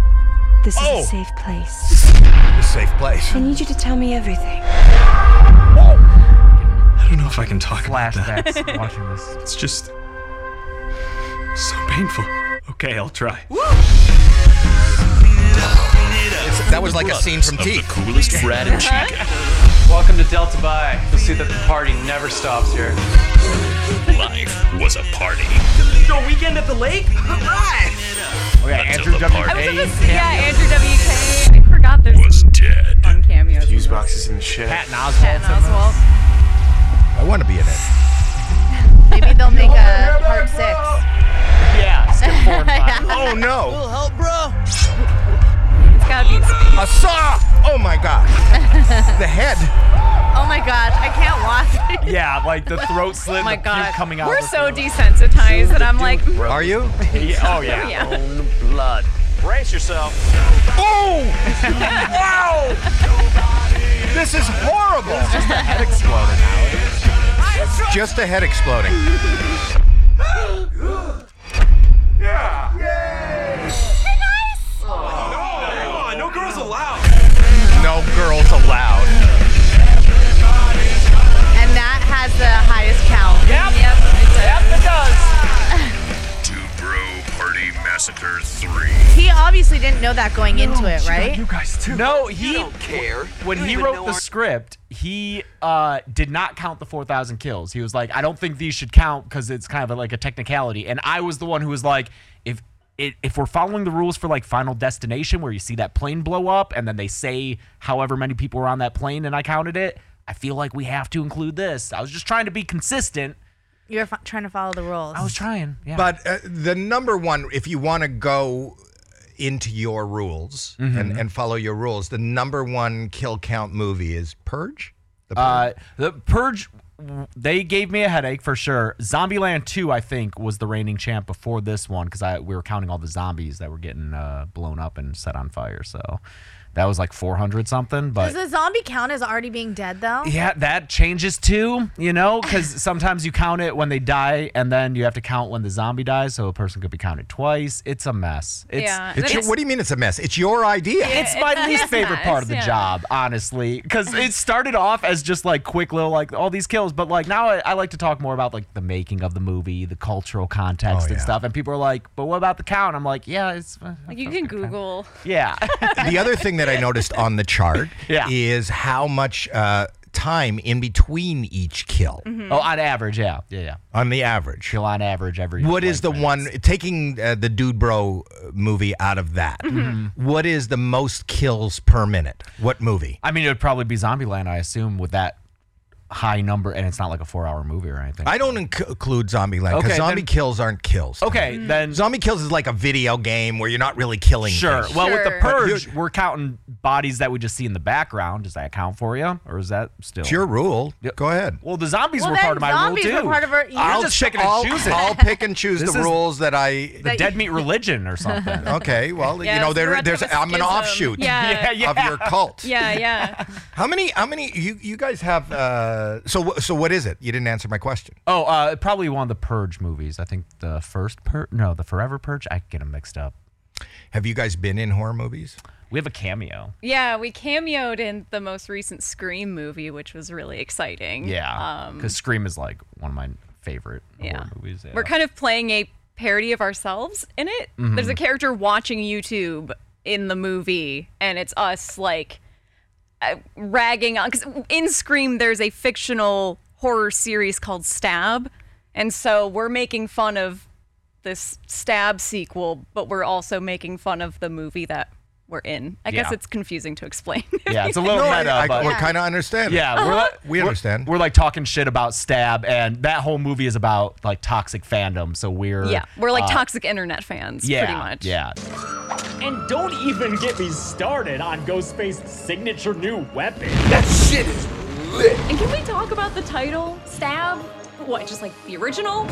Speaker 8: This
Speaker 1: Oh.
Speaker 8: is a safe place.
Speaker 1: a safe place.
Speaker 8: I need you to tell me everything.
Speaker 9: I don't know if I can talk about that.
Speaker 2: flashbacks watching this.
Speaker 9: It's just so painful. Okay, I'll try.
Speaker 1: That was like a scene from Teeth.
Speaker 9: coolest Brad and Chica.
Speaker 10: Welcome to Delta Pi. You'll see that the party never stops here.
Speaker 9: Life was a party.
Speaker 2: Okay,
Speaker 9: Until
Speaker 2: Andrew
Speaker 9: the
Speaker 2: W.
Speaker 9: part-
Speaker 4: I was
Speaker 2: Hayes,
Speaker 4: gonna say, yeah, Andrew WK. I forgot there's some
Speaker 9: dead.
Speaker 4: fun cameos. in this.
Speaker 10: boxes in the shed.
Speaker 2: Patton Oswalt.
Speaker 4: Patton Oswalt.
Speaker 1: I want to be in it.
Speaker 3: Maybe they'll make a part six.
Speaker 2: Yeah, skip four and five.
Speaker 1: Oh no,
Speaker 4: It's gotta be.
Speaker 1: a saw! Oh my god, the head.
Speaker 3: Oh my gosh, I can't watch it.
Speaker 2: yeah, like the throat slit,
Speaker 4: Oh my
Speaker 2: the puke
Speaker 4: god.
Speaker 2: coming out.
Speaker 4: We're
Speaker 2: of the
Speaker 4: so
Speaker 2: throat.
Speaker 4: desensitized that I'm like, mm,
Speaker 1: Are you?
Speaker 2: Yeah, oh yeah.
Speaker 4: yeah.
Speaker 10: blood. Brace yourself.
Speaker 1: Oh! wow! This is horrible.
Speaker 2: Head exploded.
Speaker 1: Just a head exploding.
Speaker 10: no girls allowed.
Speaker 1: Oh, No girls allowed.
Speaker 3: And that has the highest count.
Speaker 4: Yep, it's a-
Speaker 9: Two Bro Party Massacre 3.
Speaker 3: He obviously didn't know that going into it, right?
Speaker 9: guys too.
Speaker 2: No, he
Speaker 10: care.
Speaker 2: when he wrote the script, he uh, did not count the 4,000 kills. He was like, I don't think these should count because it's kind of like a technicality. And I was the one who was like, if it, if we're following the rules for like Final Destination, where you see that plane blow up and then they say however many people were on that plane, and I counted it, I feel like we have to include this. I was just trying to be consistent.
Speaker 3: You're f- trying to follow the rules.
Speaker 2: I was trying, yeah.
Speaker 1: But uh, the number one, if you want to go into your rules
Speaker 2: Mm-hmm.
Speaker 1: and, and follow your rules, the number one kill count movie is Purge. The
Speaker 2: Uh, the Purge, they gave me a headache for sure. Zombieland 2, I think, was the reigning champ before this one because I we were counting all the zombies that were getting uh, blown up and set on fire. So that was like 400 something. But
Speaker 3: Does the zombie count as already being dead though?
Speaker 2: yeah, that changes too, you know, because sometimes you count it when they die and then you have to count when the zombie dies. So a person could be counted twice. It's a mess. It's,
Speaker 4: Yeah.
Speaker 1: It's your, what do you mean it's a mess? It's your idea.
Speaker 2: it's my least favorite part of the
Speaker 4: yeah.
Speaker 2: job, honestly, because it started off as just like quick little like all these kills, but like now I, I like to talk more about like the making of the movie, the cultural context
Speaker 1: Oh,
Speaker 2: and
Speaker 1: yeah.
Speaker 2: stuff, and people are like, "But what about the count?" I'm like, "Yeah, it's uh,
Speaker 4: Like you can Google.
Speaker 2: yeah,
Speaker 1: the other thing that I noticed on the chart
Speaker 2: Yeah.
Speaker 1: is how much uh, time in between each kill
Speaker 4: Mm-hmm.
Speaker 2: oh on average, yeah, yeah, yeah,
Speaker 1: on the average.
Speaker 2: kill on average every.
Speaker 1: What is
Speaker 2: 20
Speaker 1: the
Speaker 2: minutes.
Speaker 1: one taking uh, the Dude Bro uh, movie out of that?
Speaker 2: Mm-hmm.
Speaker 1: what is the most kills per minute? What movie?
Speaker 2: I mean, it would probably be Zombieland, I assume, with that high number, and it's not like a four-hour movie or anything.
Speaker 1: I don't inc- include Zombie Land because
Speaker 2: Okay,
Speaker 1: zombie
Speaker 2: then-
Speaker 1: kills aren't kills. to me.
Speaker 2: okay, then
Speaker 1: Mm. Zombie kills is like a video game where you're not really killing.
Speaker 2: sure.
Speaker 1: things.
Speaker 2: Well, with the
Speaker 4: Sure.
Speaker 2: purge, we're counting bodies that we just see in the background. Does that count for you, or is that still?
Speaker 1: it's your rule. Go ahead.
Speaker 2: Well, the zombies
Speaker 3: Well,
Speaker 2: were
Speaker 3: then
Speaker 2: part of my
Speaker 3: zombies
Speaker 2: rule
Speaker 3: were
Speaker 2: too.
Speaker 3: part of our-
Speaker 2: You're
Speaker 3: I'll
Speaker 2: just
Speaker 1: check-
Speaker 2: picking and
Speaker 1: I'll-
Speaker 2: choosing.
Speaker 1: I'll pick and choose
Speaker 2: This
Speaker 1: the
Speaker 2: is-
Speaker 1: rules that I.
Speaker 2: the dead meat religion or something.
Speaker 1: okay. Well, you
Speaker 4: Yes,
Speaker 1: know,
Speaker 4: we're
Speaker 1: there,
Speaker 4: about to
Speaker 1: there's.
Speaker 4: have a
Speaker 1: I'm an
Speaker 4: schism.
Speaker 1: offshoot.
Speaker 4: Yeah.
Speaker 2: yeah, yeah.
Speaker 1: Of your cult.
Speaker 4: Yeah, yeah.
Speaker 1: How many? How many? You you guys have? Uh, so wh- so what is it? You didn't answer my question.
Speaker 2: Oh, uh, probably one of the Purge movies. I think the first Purge, no, the Forever Purge. I get them mixed up.
Speaker 1: Have you guys been in horror movies?
Speaker 2: We have a cameo.
Speaker 4: Yeah, we cameoed in the most recent Scream movie, which was really exciting.
Speaker 2: Yeah,
Speaker 4: Um,
Speaker 2: because Scream is like one of my favorite
Speaker 4: yeah.
Speaker 2: horror movies. yeah. Mm-hmm.
Speaker 4: We're kind of playing a parody of ourselves in it. There's a character watching YouTube in the movie, and it's us like uh, ragging on. Because in Scream, there's a fictional horror series called Stab. And so we're making fun of this Stab sequel, but we're also making fun of the movie that we're in. I guess
Speaker 2: Yeah.
Speaker 4: it's confusing to explain.
Speaker 2: yeah, it's a little
Speaker 1: I,
Speaker 2: meta,
Speaker 1: I,
Speaker 2: but
Speaker 1: we kind of understand. it.
Speaker 2: yeah, we're like,
Speaker 1: We understand.
Speaker 2: We're, like talking shit about stab, and that whole movie is about like toxic fandom. So we're
Speaker 4: yeah, we're like
Speaker 2: uh,
Speaker 4: toxic internet fans,
Speaker 2: Yeah,
Speaker 4: pretty much.
Speaker 2: yeah.
Speaker 11: And don't even get me started on Ghostface's signature new weapon.
Speaker 4: And can we talk about the title? Stab? What, just like the original?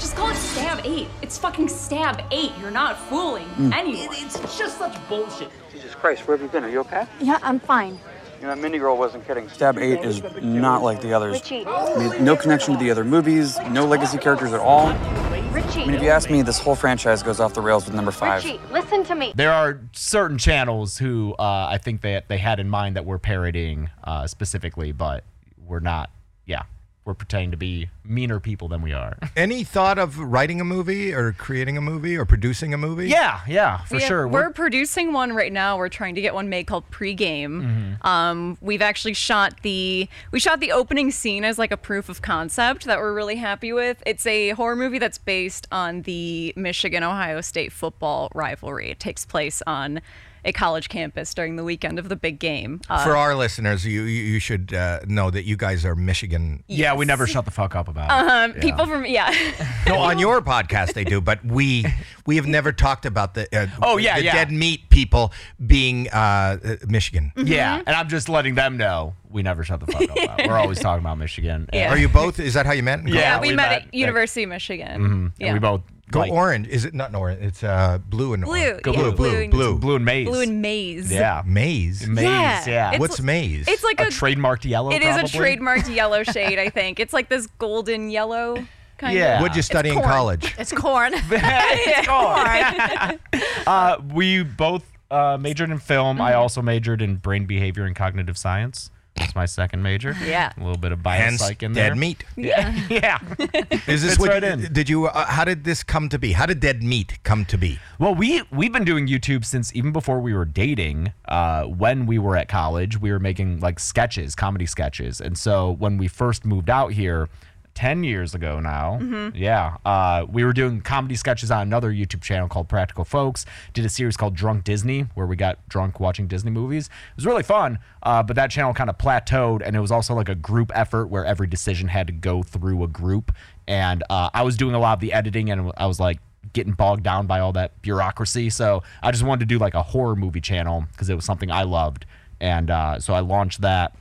Speaker 4: Just call it Stab 8. It's fucking Stab 8. You're not fooling anyone.
Speaker 11: It's just such bullshit.
Speaker 5: Jesus Christ, where have you been? Are you okay?
Speaker 8: Yeah, I'm fine.
Speaker 5: You know, Mindy Girl wasn't kidding.
Speaker 10: Stab 8 is not like the others.
Speaker 8: Richie,
Speaker 10: I mean, no connection to the other movies, no legacy characters at all. I mean, if you
Speaker 8: Richie,
Speaker 10: ask me, this whole franchise goes off the rails with number 5.
Speaker 8: Richie, listen to me.
Speaker 2: There are certain channels who uh, I think that they had in mind that we're parodying uh, specifically, but we're not. Yeah, we're pretending to be meaner people than we are.
Speaker 1: Any thought of writing a movie or creating a movie or producing a movie?
Speaker 2: yeah, yeah, for
Speaker 4: We have-
Speaker 2: sure.
Speaker 4: We're, producing one right now. We're trying to get one made called Pregame.
Speaker 2: Mm-hmm.
Speaker 4: Um, we've actually shot the we shot the opening scene as like a proof of concept that we're really happy with. It's a horror movie that's based on the Michigan Ohio State football rivalry. It takes place on a college campus during the weekend of the big game. Uh,
Speaker 1: For our listeners, you you, you should uh, know that you guys are Michigan.
Speaker 2: yeah, we never shut the fuck up about
Speaker 4: um,
Speaker 2: it. Yeah.
Speaker 4: People from yeah.
Speaker 1: No, on your podcast they do, but we we have never talked about the uh,
Speaker 2: Oh, yeah,
Speaker 1: the
Speaker 2: yeah.
Speaker 1: dead meat people being uh, uh, Michigan.
Speaker 2: Yeah, and I'm just letting them know we never shut the fuck up. about it. We're always talking about Michigan.
Speaker 4: Yeah.
Speaker 1: Are you both? Is that how you met? Go-
Speaker 2: Yeah.
Speaker 4: Yeah, we,
Speaker 2: we
Speaker 4: met,
Speaker 2: met
Speaker 4: at
Speaker 2: at-
Speaker 4: University of Michigan.
Speaker 2: And
Speaker 4: Yeah.
Speaker 2: we both
Speaker 1: Go
Speaker 2: like,
Speaker 1: orange. Is it not an orange? It's uh, blue and
Speaker 4: Blue,
Speaker 1: orange.
Speaker 4: Go yeah,
Speaker 1: blue,
Speaker 4: blue
Speaker 1: blue,
Speaker 4: and-
Speaker 1: blue,
Speaker 2: blue and maize.
Speaker 4: blue and maize.
Speaker 2: Yeah,
Speaker 1: Maze.
Speaker 2: maize. Yeah,
Speaker 4: It's
Speaker 1: What's
Speaker 4: li-
Speaker 1: maize?
Speaker 4: It's like
Speaker 2: a
Speaker 4: a,
Speaker 2: trademarked yellow.
Speaker 4: it is
Speaker 2: probably.
Speaker 4: a trademarked yellow shade. I think it's like this golden yellow kind
Speaker 2: Yeah.
Speaker 4: of.
Speaker 1: What'd you study in
Speaker 4: corn.
Speaker 1: college?
Speaker 3: It's corn.
Speaker 2: It's gone. uh, we both uh, majored in film.
Speaker 4: Mm-hmm.
Speaker 2: I also majored in brain behavior and cognitive science. That's my second major.
Speaker 4: Yeah.
Speaker 2: a little bit of
Speaker 1: Hence,
Speaker 2: biopsych in there.
Speaker 1: dead meat.
Speaker 2: Yeah, yeah.
Speaker 1: Is this
Speaker 2: Fits
Speaker 1: what
Speaker 2: right in.
Speaker 1: did you? Uh, how did this come to be? How did dead meat come to be?
Speaker 2: Well, we we've been doing YouTube since even before we were dating. Uh, when we were at college, we were making like sketches, comedy sketches, and so when we first moved out here. 10 years ago now. Yeah. Uh, we were doing comedy sketches on another YouTube channel called Practical Folks. Did a series called Drunk Disney where we got drunk watching Disney movies. It was really fun, uh, but that channel kind of plateaued. And it was also like a group effort where every decision had to go through a group. And uh, I was doing a lot of the editing and I was like, getting bogged down by all that bureaucracy. So I just wanted to do like a horror movie channel because it was something I loved. And uh, so I launched that.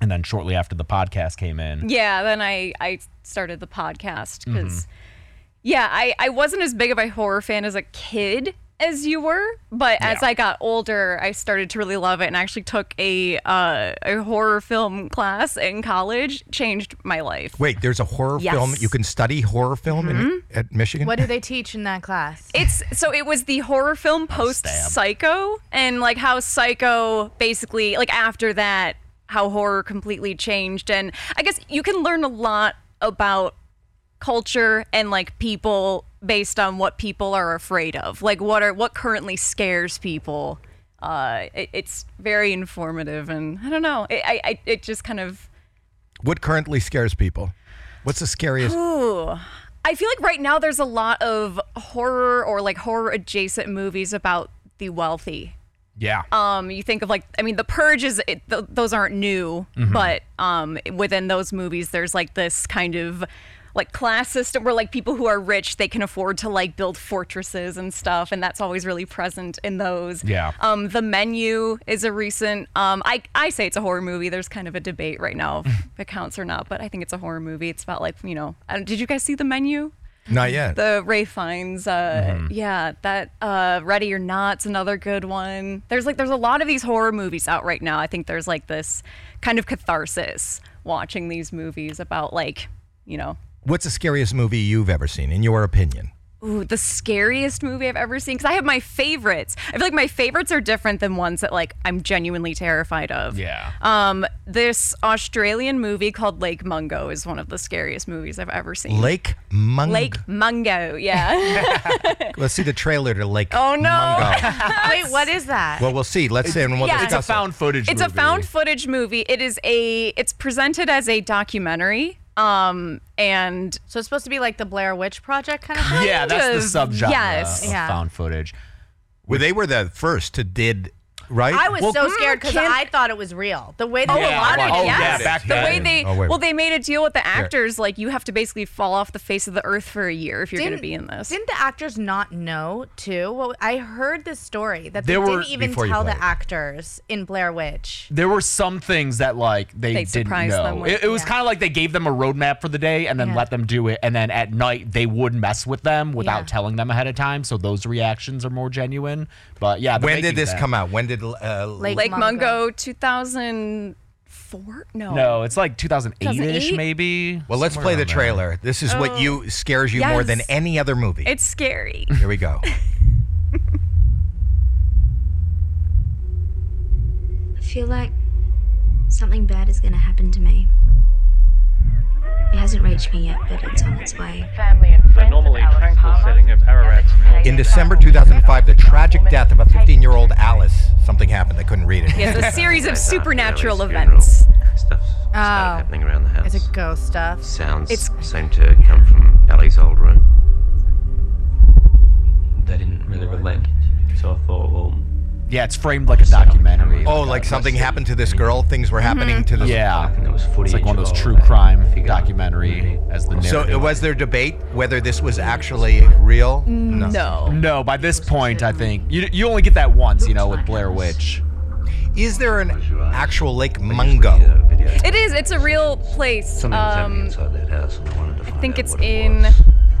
Speaker 2: And then shortly after the podcast came in,
Speaker 4: Yeah, then I I started the podcast because
Speaker 2: Mm-hmm.
Speaker 4: yeah, I I wasn't as big of a horror fan as a kid as you were, but as I got older, I started to really love it and actually took a uh, a horror film class in college, changed my life.
Speaker 1: Wait, there's a horror
Speaker 4: Yes.
Speaker 1: film. You can study horror film in, at Michigan.
Speaker 3: what do they teach in that class?
Speaker 4: It's so it was the horror film post
Speaker 2: stab.
Speaker 4: Psycho and like how Psycho basically like after that how horror completely changed and I guess you can learn a lot about culture and like people based on what people are afraid of like what are what currently scares people uh it, it's very informative and I don't know it, I, I it just kind of
Speaker 1: What currently scares people? What's the scariest?
Speaker 4: I feel like right now there's a lot of horror or like horror adjacent movies about the wealthy.
Speaker 2: Yeah.
Speaker 3: Oh,
Speaker 4: Um, you think of like, I mean, The Purge is it, th- those aren't new,
Speaker 2: Mhm.
Speaker 4: but um, within those movies, there's like this kind of like class system where like people who are rich they can afford to like build fortresses and stuff, and that's always really present in those.
Speaker 12: Yeah.
Speaker 4: Um, the Menu is a recent. Um, I I say it's a horror movie. There's kind of a debate right now if it counts or not, but I think it's a horror movie. It's about like you know, I don't, did you guys see The Menu?
Speaker 1: Not yet.
Speaker 4: The Ray Fiennes, uh,
Speaker 1: Mhm.
Speaker 4: yeah, that uh, Ready or Not's another good one. There's like there's a lot of these horror movies out right now. I think there's like this kind of catharsis watching these movies about like you know,
Speaker 1: What's the scariest movie you've ever seen, in your opinion?
Speaker 4: ooh, the scariest movie I've ever seen because I have my favorites. I feel like my favorites are different than ones that like I'm genuinely terrified of.
Speaker 2: Yeah.
Speaker 4: Um, this Australian movie called Lake Mungo is one of the scariest movies I've ever seen.
Speaker 1: Lake Mungo.
Speaker 4: Lake Mungo, yeah.
Speaker 1: Let's see the trailer to Lake
Speaker 4: Oh, no.
Speaker 1: Mungo.
Speaker 3: Wait, what is that?
Speaker 1: Well, we'll see. Let's see, and we'll
Speaker 4: Yeah. It's a
Speaker 1: discuss
Speaker 2: found footage.
Speaker 4: it's a found footage movie it is a it's presented as a documentary um and
Speaker 3: so it's supposed to be like the Blair Witch Project kind of thing.
Speaker 2: yeah, that's the subgenre
Speaker 3: Yes.
Speaker 2: of
Speaker 3: Yeah.
Speaker 2: found footage.
Speaker 1: Well, they were the first to did right.
Speaker 3: I was so scared because
Speaker 4: can-
Speaker 3: I thought it was real. The way they
Speaker 4: Oh,
Speaker 3: yeah,
Speaker 4: a lot of
Speaker 1: wow.
Speaker 4: it,
Speaker 1: Oh, yeah,
Speaker 4: yes.
Speaker 1: back
Speaker 4: the
Speaker 1: then.
Speaker 4: way they
Speaker 1: Oh, wait.
Speaker 4: well, they made a deal with the
Speaker 1: Here.
Speaker 4: actors, like you have to basically fall off the face of the earth for a year if you're going to be in this.
Speaker 3: Didn't the actors not know too? Well, I heard this story that they
Speaker 2: There were-
Speaker 3: didn't even
Speaker 2: before you
Speaker 3: tell the
Speaker 2: played.
Speaker 3: actors in Blair Witch.
Speaker 2: There were some things that like they,
Speaker 3: They
Speaker 2: didn't
Speaker 3: surprised
Speaker 2: know.
Speaker 3: them with,
Speaker 2: it, it was
Speaker 3: yeah.
Speaker 2: kind of like they gave them a roadmap for the day and then
Speaker 3: Yeah.
Speaker 2: let them do it, and then at night they would mess with them without
Speaker 3: Yeah.
Speaker 2: telling them ahead of time. So those reactions are more genuine. But yeah, the
Speaker 1: When did
Speaker 2: making
Speaker 1: this
Speaker 2: of that-
Speaker 1: come out? When did uh,
Speaker 4: Lake, Mungo, 2004? No.
Speaker 2: No, it's like 2008-ish
Speaker 4: 2008?
Speaker 2: maybe.
Speaker 1: Well, let's
Speaker 2: Somewhere
Speaker 1: play
Speaker 2: around
Speaker 1: the
Speaker 2: there.
Speaker 1: trailer. This is
Speaker 4: Oh.
Speaker 1: what you scares you more than
Speaker 4: Yes.
Speaker 1: any other movie.
Speaker 4: It's scary.
Speaker 1: Here we go.
Speaker 13: I feel like something bad is going to happen to me. It hasn't reached me yet, but it's on its way. Family and
Speaker 5: The normally tranquil setting of Ararat's
Speaker 1: In December 2005, the tragic death of a 15-year-old Alice. Something happened. I couldn't read it.
Speaker 4: Yeah, it's a series of supernatural
Speaker 14: Family's
Speaker 4: events.
Speaker 14: Stuff's
Speaker 3: Oh,
Speaker 14: happening around the house.
Speaker 3: is it ghost stuff?
Speaker 14: Sounds
Speaker 3: It's
Speaker 14: seem to come from Ali's old room. They didn't really relate, so I thought, well,
Speaker 2: Yeah, it's framed like a documentary.
Speaker 1: Oh, like something happened to this girl. Things were happening to
Speaker 4: Mm-hmm.
Speaker 1: this.
Speaker 2: Yeah, it's like one of those true crime documentary as the
Speaker 1: So
Speaker 2: narrative.
Speaker 1: uh, was there debate whether this was actually real?
Speaker 4: Mm,
Speaker 2: No. No, by this point, I think you, you only get that once, you know, with Blair Witch.
Speaker 1: Is there an actual Lake Mungo?
Speaker 4: It is. It's a real place.
Speaker 1: Something was happening
Speaker 4: Um,
Speaker 1: inside that house, and I wanted to
Speaker 4: I think it's in.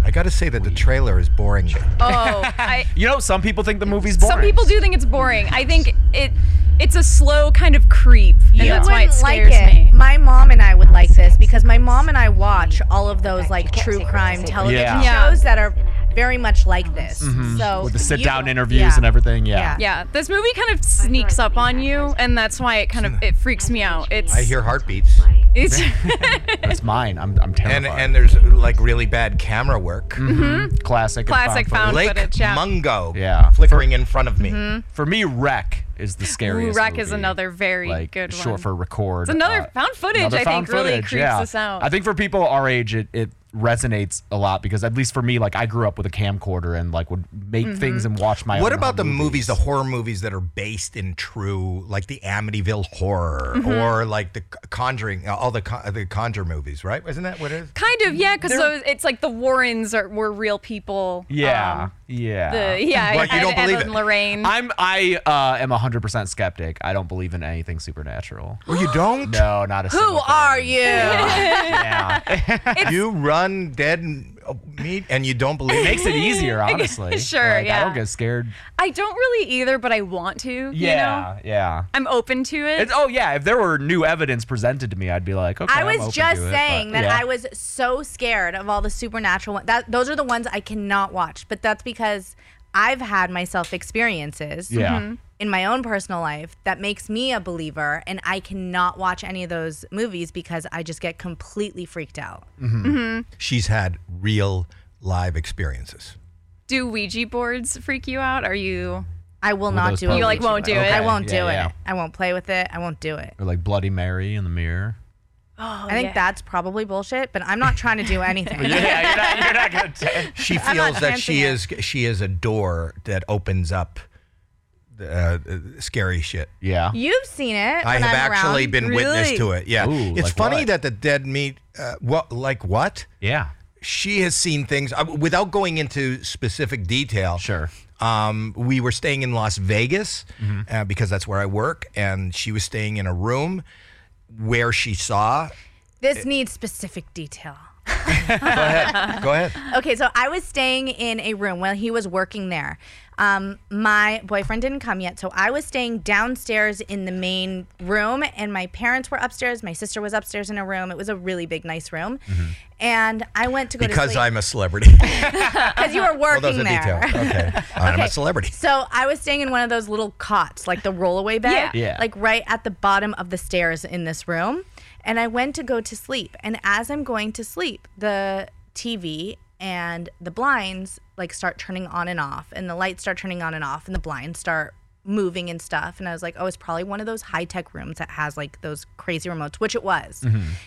Speaker 1: I gotta say that the trailer is boring. me.
Speaker 4: Oh, I,
Speaker 2: You know, some people think the movie's boring.
Speaker 4: Some people do think it's boring. I think it it's a slow kind of creep, and
Speaker 3: You
Speaker 4: that's why it
Speaker 3: wouldn't like
Speaker 4: scares
Speaker 3: it. Mm.
Speaker 4: me.
Speaker 3: My mom and I would like this because my mom and I watch all of those like true crime television
Speaker 2: Yeah.
Speaker 4: Yeah.
Speaker 3: shows that are very much like this.
Speaker 2: Mhm.
Speaker 3: So
Speaker 2: with the sit
Speaker 3: you-
Speaker 2: down interviews and everything, yeah.
Speaker 4: Yeah, this movie kind of sneaks up on you, and that's why it kind of it freaks me out. It's
Speaker 1: I hear heartbeats.
Speaker 4: it's
Speaker 2: That's mine. I'm, I'm terrified.
Speaker 1: And and there's like really bad camera work.
Speaker 4: Mhm.
Speaker 2: Classic. and
Speaker 4: Classic found
Speaker 1: Lake
Speaker 4: footage, yeah.
Speaker 1: Mungo.
Speaker 2: Yeah.
Speaker 1: Flickering in front of me.
Speaker 4: Mhm.
Speaker 2: For me, Wreck is the
Speaker 4: Ooh,
Speaker 2: scariest.
Speaker 4: Wreck is
Speaker 2: movie.
Speaker 4: another very
Speaker 2: like,
Speaker 4: good one.
Speaker 2: short for record.
Speaker 4: It's another
Speaker 2: uh,
Speaker 4: found footage.
Speaker 2: another
Speaker 4: I
Speaker 2: found
Speaker 4: think really
Speaker 2: footage,
Speaker 4: creeps
Speaker 2: yeah.
Speaker 4: us out.
Speaker 2: I think for people our age, it, it resonates a lot because at least for me, like I grew up with a camcorder and like would make
Speaker 4: Mm-hmm.
Speaker 1: Mhm.
Speaker 2: things and watch my.
Speaker 1: What
Speaker 2: own
Speaker 1: about the
Speaker 2: home
Speaker 1: movies, the horror movies that are based in true, like the Amityville Horror
Speaker 3: Mm-hmm.
Speaker 4: Mhm.
Speaker 1: or like the Conjuring, uh, all the Con- the Conjure movies, right? Isn't that what it is?
Speaker 4: kind of yeah, because
Speaker 1: There-
Speaker 4: so it's like the Warrens are were real people.
Speaker 2: Yeah,
Speaker 4: um,
Speaker 2: yeah.
Speaker 4: the- yeah,
Speaker 2: But you
Speaker 4: Ed-
Speaker 2: don't
Speaker 4: Ed
Speaker 2: believe it.
Speaker 4: and Lorraine.
Speaker 2: I'm I uh, am 100% skeptic. I don't believe in anything supernatural.
Speaker 1: Oh, you don't?
Speaker 2: No, not a
Speaker 3: Who
Speaker 2: single.
Speaker 3: are you?
Speaker 1: you run dead meat and you don't believe
Speaker 2: It makes it easier, honestly.
Speaker 4: Sure,
Speaker 2: Like, I
Speaker 4: yeah.
Speaker 2: don't get scared.
Speaker 4: I don't really either, but I want to.
Speaker 2: Yeah,
Speaker 4: You know?
Speaker 2: yeah.
Speaker 4: I'm open to it.
Speaker 2: It's, oh yeah, if there were new evidence presented to me, I'd be like, okay.
Speaker 3: I
Speaker 2: I'm
Speaker 3: was
Speaker 2: open
Speaker 3: just
Speaker 2: to it, but-
Speaker 3: saying that
Speaker 2: yeah.
Speaker 3: I was so scared of all the supernatural ones. That those are the ones I cannot watch, but that's because I've had myself experiences
Speaker 2: Yeah.
Speaker 4: mm-hmm.
Speaker 2: Mhm.
Speaker 3: in my own personal life that makes me a believer, and I cannot watch any of those movies because I just get completely freaked out.
Speaker 1: Mhm.
Speaker 4: Mhm.
Speaker 1: She's had real live experiences.
Speaker 4: Do Ouija boards freak you out? Are you?
Speaker 3: I will
Speaker 2: Well,
Speaker 3: not
Speaker 2: those
Speaker 3: do it.
Speaker 4: You, like, won't do it?
Speaker 3: I won't do
Speaker 2: Okay, yeah, yeah.
Speaker 3: it. I won't play with it. I won't do it.
Speaker 2: Or like Bloody Mary in the mirror.
Speaker 4: Oh,
Speaker 3: I think
Speaker 4: yeah.
Speaker 3: that's probably bullshit, but I'm not trying to do anything.
Speaker 2: yeah, you're not, you're not gonna.
Speaker 1: She
Speaker 3: I'm not
Speaker 1: feels that she
Speaker 3: dancing
Speaker 1: is she is a door that opens up uh, scary shit.
Speaker 2: Yeah.
Speaker 3: You've seen it.
Speaker 1: I
Speaker 3: when
Speaker 1: have
Speaker 3: I'm
Speaker 1: actually
Speaker 3: around.
Speaker 1: been witness to it. Yeah. it's funny that the dead meat, uh, what, like what?
Speaker 2: Yeah.
Speaker 1: She has seen things uh, without going into specific detail.
Speaker 2: Sure.
Speaker 1: Um, we were staying in Las Vegas uh, because that's where I work, and she was staying in a room where she saw.
Speaker 3: This needs specific detail. Uh-huh.
Speaker 1: Go ahead.
Speaker 3: Okay, so I was staying in a room while he was working there. Um, my boyfriend didn't come yet, so I was staying downstairs in the main room, and my parents were upstairs. My sister was upstairs in a room. It was a really big, nice room, and I went to go
Speaker 1: Mm-hmm. Because
Speaker 3: to sleep
Speaker 1: I'm a celebrity.
Speaker 3: because you were working
Speaker 1: Well, those are
Speaker 3: there.
Speaker 1: details. Okay. I'm a
Speaker 3: Okay.
Speaker 1: celebrity.
Speaker 3: So I was staying in one of those little cots, like the rollaway bed,
Speaker 1: Yeah. Yeah.
Speaker 3: like right at the bottom of the stairs in this room. And I went to go to sleep. And as I'm going to sleep, the TV and the blinds like start turning on and off, and the lights start turning on and off, and the blinds start moving and stuff. And I was like, oh, it's probably one of those high tech rooms that has like those crazy remotes, which it was.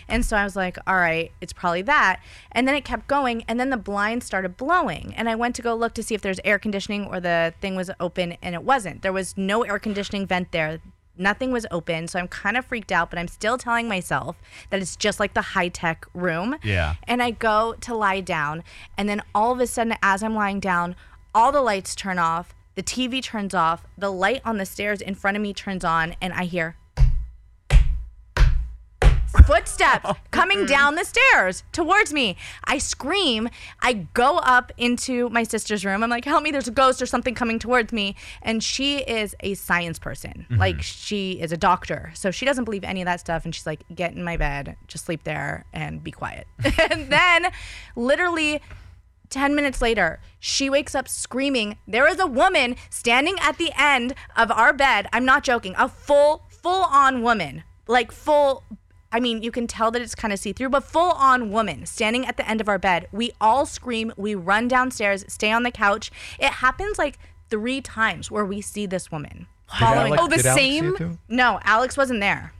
Speaker 3: And so I was like, all right, it's probably that. And then it kept going. And then the blinds started blowing. And I went to go look to see if there's air conditioning or the thing was open. And it wasn't. There was no air conditioning vent there. Nothing was open. So I'm kind of freaked out, but I'm still telling myself that it's just like the high tech room.
Speaker 12: Yeah.
Speaker 3: And I go to lie down. And then all of a sudden, as I'm lying down, all the lights turn off. The TV turns off. The light on the stairs in front of me turns on. And I hear footsteps coming down the stairs towards me. I scream. I go up into my sister's room. I'm like, help me, there's a ghost or something coming towards me. And she is a science person.
Speaker 12: Mhm.
Speaker 3: Like, she is a doctor. So she doesn't believe any of that stuff. And she's like, get in my bed, just sleep there and be quiet. and then, literally, 10 minutes later, she wakes up screaming, There is a woman standing at the end of our bed. I'm not joking. A full, full on woman. Like, full. I mean, you can tell that it's kind of see through, but full on woman standing at the end of our bed. We all scream. We run downstairs, stay on the couch. It happens like three times where we see this woman. Following.
Speaker 12: Alex- Oh, the did Alex see it same? too?
Speaker 3: No, Alex wasn't there.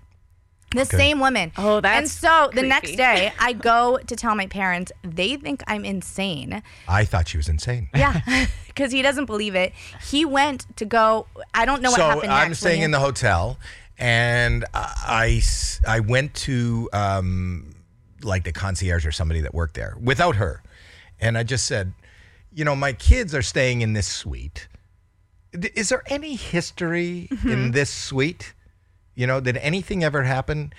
Speaker 3: The
Speaker 12: Okay.
Speaker 3: same woman. Oh, that's And so the next
Speaker 12: creepy.
Speaker 3: day, I go to tell my parents. They think I'm insane
Speaker 1: I thought she was insane.
Speaker 3: because he doesn't believe it. He went to go. I don't know what
Speaker 1: so
Speaker 3: happened. next
Speaker 1: I'm
Speaker 3: when
Speaker 1: staying
Speaker 3: you-
Speaker 1: in the hotel, and I, I s- I went to um, like the concierge or somebody that worked there without her, and I just said, you know, my kids are staying in this suite. D- Is there any history
Speaker 3: Mm-hmm.
Speaker 1: in this suite? You know, did anything ever happen?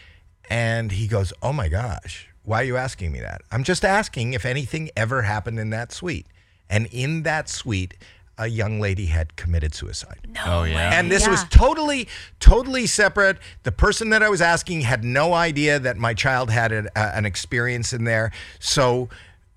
Speaker 1: And he goes, oh my gosh, why are you asking me that? I'm just asking if anything ever happened in that suite. And in that suite, a young lady had committed suicide.
Speaker 2: oh yeah.
Speaker 1: And this was
Speaker 2: Yeah.
Speaker 1: totally, totally separate. The person that I was asking had no idea that my child had an, uh, an experience in there. So,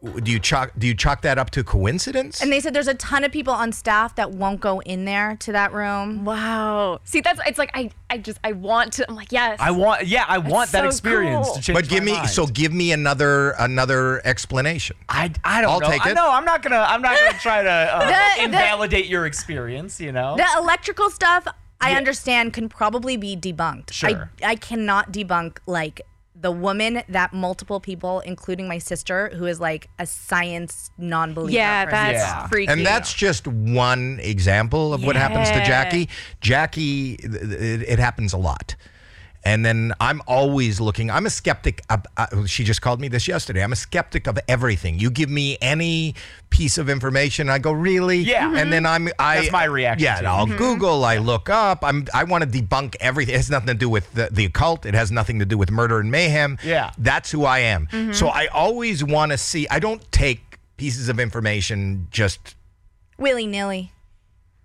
Speaker 1: w- do you chalk do you chalk that up to coincidence?
Speaker 3: And they said there's a ton of people on staff that won't go in there to that room.
Speaker 4: Wow. See, that's it's like I I just I want to. I'm like yes.
Speaker 1: I
Speaker 2: want, yeah, I
Speaker 4: want that so experience to cool. change
Speaker 1: But give
Speaker 4: my
Speaker 1: me,
Speaker 4: mind.
Speaker 1: so give me another another explanation.
Speaker 2: I, I don't
Speaker 1: I'll
Speaker 2: know.
Speaker 1: take
Speaker 2: I
Speaker 1: it.
Speaker 2: know. I'm not gonna. I'm not gonna try to uh,
Speaker 3: The- the-
Speaker 2: invalidate your experience. You know.
Speaker 3: The electrical stuff, I understand, can probably be debunked.
Speaker 2: Sure.
Speaker 3: I, I cannot debunk like the woman that multiple people, including my sister, who is like a science non-believer. person.
Speaker 1: And that's just one example of what happens to
Speaker 3: Yeah.
Speaker 1: Jackie. Jackie, th- th- it, it happens a lot. And then I'm always looking. I'm a skeptic. Ab- uh, she just called me this yesterday. I'm a skeptic of everything. You give me any piece of information, I go really.
Speaker 2: Yeah.
Speaker 1: And then I'm. I,
Speaker 2: That's my reaction
Speaker 1: Yeah.
Speaker 2: too.
Speaker 1: I'll
Speaker 2: Mhm.
Speaker 1: Google. I look up. I'm. I want to debunk everything. It has nothing to do with the, the occult. It has nothing to do with murder and mayhem.
Speaker 2: Yeah.
Speaker 1: That's who I am.
Speaker 2: Mhm.
Speaker 1: So I always want to see. I don't take pieces of information just
Speaker 3: willy nilly.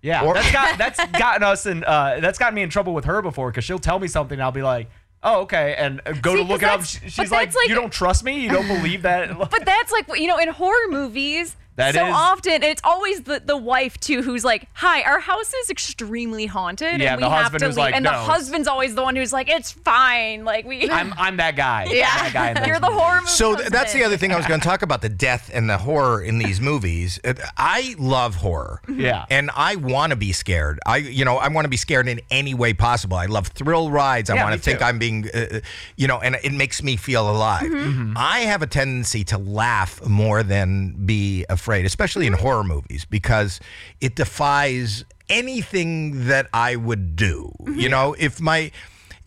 Speaker 2: Yeah, that's got that's gotten us in. Uh, that's gotten me in trouble with her before because she'll tell me something and I'll be like, "Oh, okay," and uh, go to
Speaker 4: See,
Speaker 2: look
Speaker 4: 'cause
Speaker 2: it up.
Speaker 4: that's-
Speaker 2: She-
Speaker 4: but
Speaker 2: She's like,
Speaker 4: that's like-
Speaker 2: "You don't trust me? You don't believe that?"
Speaker 4: But that's like you know in horror movies.
Speaker 2: That
Speaker 4: so
Speaker 2: is-
Speaker 4: often and it's always the, the wife too who's like, "Hi, our house is extremely haunted,
Speaker 2: Yeah,
Speaker 4: and we
Speaker 2: the
Speaker 4: have
Speaker 2: husband
Speaker 4: to
Speaker 2: who's
Speaker 4: leave."
Speaker 2: like,
Speaker 4: and the
Speaker 2: "No."
Speaker 4: husband's always the one who's like, "It's fine." Like we,
Speaker 2: I'm I'm that guy. I'm
Speaker 4: yeah,
Speaker 2: that guy in those
Speaker 4: you're the horror movie.
Speaker 1: So th- that's the other thing I was going to talk about the death and the horror in these movies. Uh, I love horror.
Speaker 2: Mm-hmm. Yeah.
Speaker 1: And I want to be scared. I you know, I want to be scared in any way possible. I love thrill rides. I
Speaker 2: Yeah,
Speaker 1: want
Speaker 2: me
Speaker 1: to think
Speaker 2: too.
Speaker 1: I'm being uh, uh, you know, and it makes me feel alive.
Speaker 2: Mhm. Mhm.
Speaker 1: I have a tendency to laugh more than be af- afraid, especially in horror movies, because it defies anything that I would do.
Speaker 2: Mm-hmm.
Speaker 1: You know, if my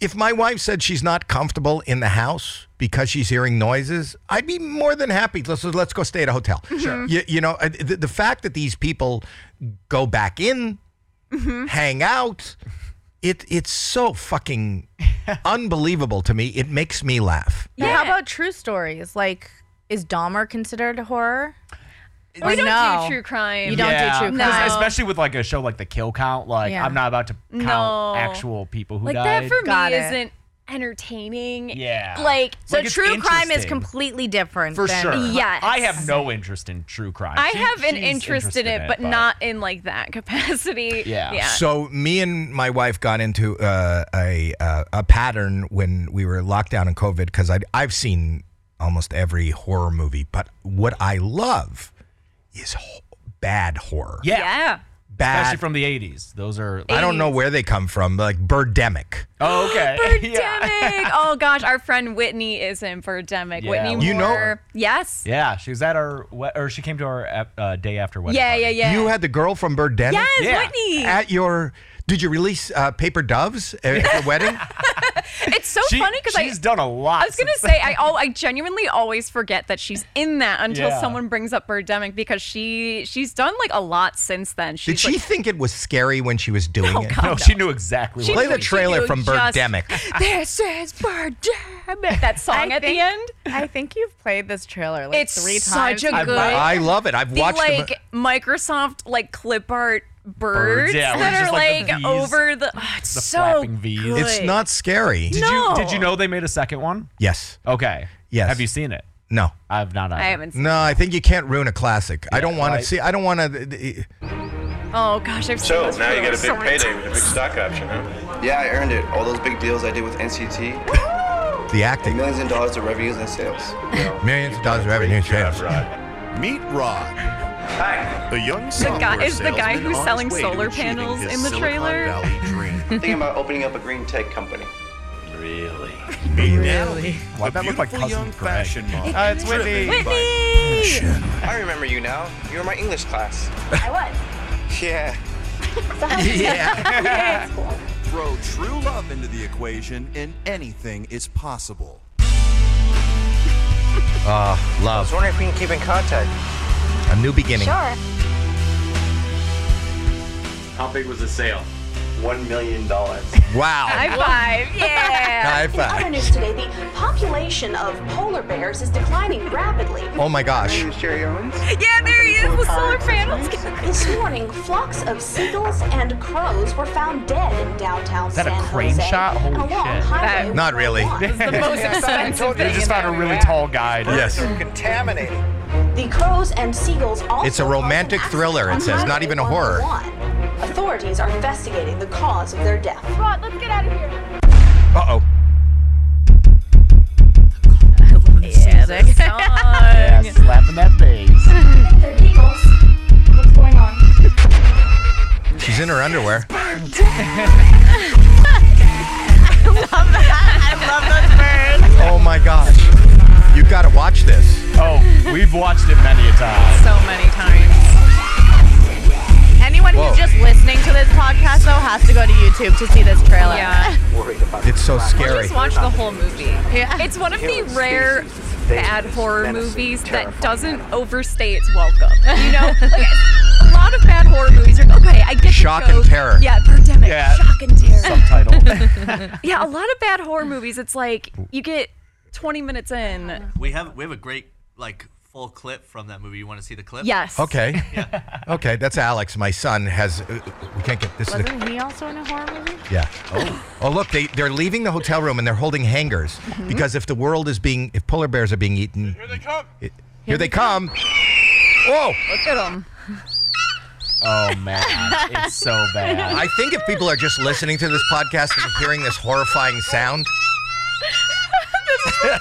Speaker 1: if my wife said she's not comfortable in the house because she's hearing noises, I'd be more than happy. Let's let's go stay at a hotel.
Speaker 2: Mm-hmm.
Speaker 12: Sure.
Speaker 1: You, you know, uh, the, the fact that these people go back in,
Speaker 2: Mm-hmm.
Speaker 1: hang out, it it's so fucking unbelievable to me. It makes me laugh.
Speaker 3: Yeah. How about true stories? Like, is Dahmer considered horror? Or
Speaker 4: We don't
Speaker 3: no?
Speaker 4: do true crime.
Speaker 3: You don't
Speaker 2: Yeah.
Speaker 3: do true
Speaker 2: 'Cause
Speaker 3: crime.
Speaker 2: Especially with like a show like The Kill Count. Like,
Speaker 4: Yeah.
Speaker 2: I'm not about to count
Speaker 4: No.
Speaker 2: actual people who
Speaker 4: like
Speaker 2: died.
Speaker 4: that for
Speaker 3: Got
Speaker 4: me
Speaker 3: it.
Speaker 4: is isn't entertaining.
Speaker 2: Yeah.
Speaker 4: Like
Speaker 3: so
Speaker 2: Like, it's
Speaker 3: true crime is
Speaker 2: interesting.
Speaker 3: completely different.
Speaker 2: For
Speaker 3: than,
Speaker 2: sure.
Speaker 4: Yes.
Speaker 2: I have no interest in true crime.
Speaker 4: I
Speaker 2: She-
Speaker 4: have an
Speaker 2: she's
Speaker 4: interest in it, but, not in like that capacity. Yeah.
Speaker 1: So me and my wife got into uh, a uh, a pattern when we were locked down in COVID because I I've seen almost every horror movie, but what I love is ho- bad horror.
Speaker 2: Yeah.
Speaker 1: Bad.
Speaker 2: Especially from the 80s. Those are.
Speaker 1: I don't know where they come from, like Birdemic.
Speaker 2: Oh, okay.
Speaker 4: Birdemic. oh gosh, our friend Whitney is in Birdemic.
Speaker 2: Yeah.
Speaker 4: Whitney Moore.
Speaker 2: You know her.
Speaker 4: Yes.
Speaker 2: Yeah, she was at our we- or she came to our ep- uh, day after wedding.
Speaker 4: Yeah,
Speaker 2: party.
Speaker 4: yeah, yeah.
Speaker 1: You had the girl from Birdemic.
Speaker 4: Yes, Yeah. Whitney.
Speaker 1: At your, did you release uh, Paper Doves at your wedding?
Speaker 4: It's so
Speaker 1: She-
Speaker 4: funny because I
Speaker 1: she's done a lot
Speaker 4: I was gonna
Speaker 1: since
Speaker 4: say I all I genuinely always forget that she's in that until
Speaker 1: Yeah.
Speaker 4: someone brings up Birdemic because she she's done like a lot since then. She's
Speaker 1: Did she
Speaker 4: like, oh,
Speaker 1: think it was scary when she was doing it?
Speaker 4: God, No, no.
Speaker 1: she knew exactly.
Speaker 4: She
Speaker 1: Play
Speaker 4: knew-
Speaker 1: the
Speaker 4: she
Speaker 1: trailer
Speaker 4: knew
Speaker 1: from
Speaker 4: just-
Speaker 1: Birdemic.
Speaker 4: This is Birdemic. That song
Speaker 3: I
Speaker 4: at
Speaker 3: think-
Speaker 4: the end.
Speaker 3: I think you've played this trailer like
Speaker 4: it's
Speaker 3: three times.
Speaker 4: such a good.
Speaker 1: I love it. I've
Speaker 4: the,
Speaker 1: watched the-
Speaker 4: like Microsoft like clip art birds,
Speaker 1: Birds, yeah, where
Speaker 4: that
Speaker 1: it's
Speaker 4: are
Speaker 1: just
Speaker 4: like,
Speaker 1: like the Vs,
Speaker 4: over the. Oh, it's so good.
Speaker 1: It's not scary.
Speaker 2: Did you did you know they made a second one?
Speaker 1: Yes.
Speaker 2: Okay.
Speaker 1: Yes.
Speaker 2: Have you seen it?
Speaker 1: No.
Speaker 2: I've not.
Speaker 4: I haven't seen.
Speaker 1: No, I think you can't ruin a classic. I don't want
Speaker 4: right.
Speaker 1: to see. I don't want to.
Speaker 4: Oh gosh, I've seen
Speaker 5: So
Speaker 4: those
Speaker 5: now you got a big
Speaker 4: trailers so many
Speaker 5: payday
Speaker 4: times.
Speaker 5: with a big stock option, huh?
Speaker 10: Yeah, I earned it. All those big deals I did with NCT.
Speaker 1: The acting.
Speaker 10: Millions of dollars of revenues and sales.
Speaker 1: Millions of dollars of revenue. sales.
Speaker 15: Meet Rod. The young
Speaker 4: The guy
Speaker 15: software
Speaker 4: is the guy
Speaker 15: salesman on
Speaker 4: who's
Speaker 15: his
Speaker 4: selling
Speaker 15: way to
Speaker 4: solar
Speaker 15: achieving
Speaker 4: panels
Speaker 15: his
Speaker 4: in the
Speaker 15: Silicon
Speaker 4: trailer.
Speaker 15: Valley dream.
Speaker 10: Thinking about opening up a green tech company.
Speaker 15: Really? Meet Natalie.
Speaker 2: Why that look like
Speaker 15: beautiful
Speaker 2: cousin
Speaker 15: young
Speaker 2: Greg.
Speaker 15: fashion model.
Speaker 2: Uh, it's Whitney.
Speaker 15: driven by
Speaker 10: I remember you now. You were in my English class.
Speaker 16: I was.
Speaker 10: Yeah.
Speaker 15: Yeah. Throw true love into the equation, and anything is possible.
Speaker 10: I
Speaker 1: Ah,
Speaker 10: was
Speaker 1: love.
Speaker 10: wondering if we can keep in contact.
Speaker 1: A new beginning.
Speaker 14: How big was the sale? One million dollars.
Speaker 1: Wow.
Speaker 4: High five. Yeah.
Speaker 1: High five.
Speaker 16: In other news today, the population of polar bears is declining rapidly.
Speaker 1: Oh my gosh.
Speaker 4: Yeah, there he is, the solar panels.
Speaker 16: this morning, flocks of seagulls and crows were found dead in downtown
Speaker 1: Is that a
Speaker 16: San
Speaker 1: crane
Speaker 16: Jose.
Speaker 1: shot? Holy
Speaker 16: along
Speaker 1: shit.
Speaker 16: Highway
Speaker 1: Not really.
Speaker 16: the most expensive
Speaker 2: They just found a really tall guy.
Speaker 1: Yes.
Speaker 10: Contaminated.
Speaker 16: The crows and seagulls also
Speaker 1: It's a romantic thriller. It says not even a horror.
Speaker 16: Authorities are investigating the cause of their death. Rod, let's get out of here.
Speaker 1: Uh oh.
Speaker 4: Yeah, the song.
Speaker 2: Yeah, slapping that face.
Speaker 16: They're eagles. What's going on?
Speaker 1: She's in her underwear.
Speaker 4: I love that. I love those birds.
Speaker 1: Oh my gosh. You've got to watch this.
Speaker 2: Oh, we've watched it many a time.
Speaker 4: So many times.
Speaker 3: Anyone
Speaker 1: Whoa.
Speaker 3: who's just listening to this podcast though has to go to YouTube to see this trailer.
Speaker 4: oh, Yeah.
Speaker 1: It's so scary.
Speaker 4: Just watch the whole movie. Yeah. It's one of the rare bad horror movies that doesn't overstay its welcome. You know, like, a lot of bad horror movies are okay. I get
Speaker 1: Shock
Speaker 4: the
Speaker 1: and
Speaker 4: joke.
Speaker 1: terror.
Speaker 4: Yeah, pandemic.
Speaker 1: Yeah.
Speaker 4: Shock and terror.
Speaker 1: Subtitle.
Speaker 4: yeah, a lot of bad horror movies. It's like you get 20 minutes in.
Speaker 17: We have we have a great like full clip from that movie. You want to see the clip?
Speaker 4: Yes.
Speaker 1: Okay. Okay, that's Alex. My son has. Uh, we can't get this. Is a,
Speaker 3: Wasn't he also in a horror movie?
Speaker 1: yeah. Oh. oh, look, they, they're leaving the hotel room and they're holding hangers
Speaker 3: Mhm.
Speaker 1: because if the world is being, if polar bears are being eaten, here they come. Here, they come. Whoa.
Speaker 4: Look at them.
Speaker 2: Oh man, it's so bad.
Speaker 1: I think if people are just listening to this podcast and hearing this horrifying sound,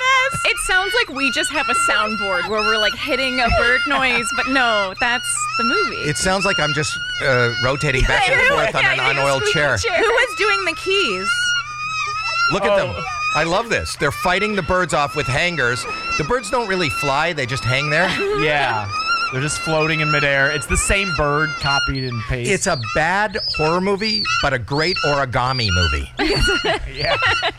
Speaker 4: It sounds like we just have a soundboard where we're like hitting a bird noise, but no, that's the movie.
Speaker 1: it sounds like I'm just uh, rotating back and forth on an unoiled chair.
Speaker 3: Who was doing the keys?
Speaker 1: Look at them.
Speaker 4: Oh.
Speaker 1: I love this. They're fighting the birds off with hangers. The birds don't really fly, they just hang there.
Speaker 2: Yeah. They're just floating in midair. It's the same bird copied and pasted.
Speaker 1: It's a bad horror movie, but a great origami movie.
Speaker 2: yeah.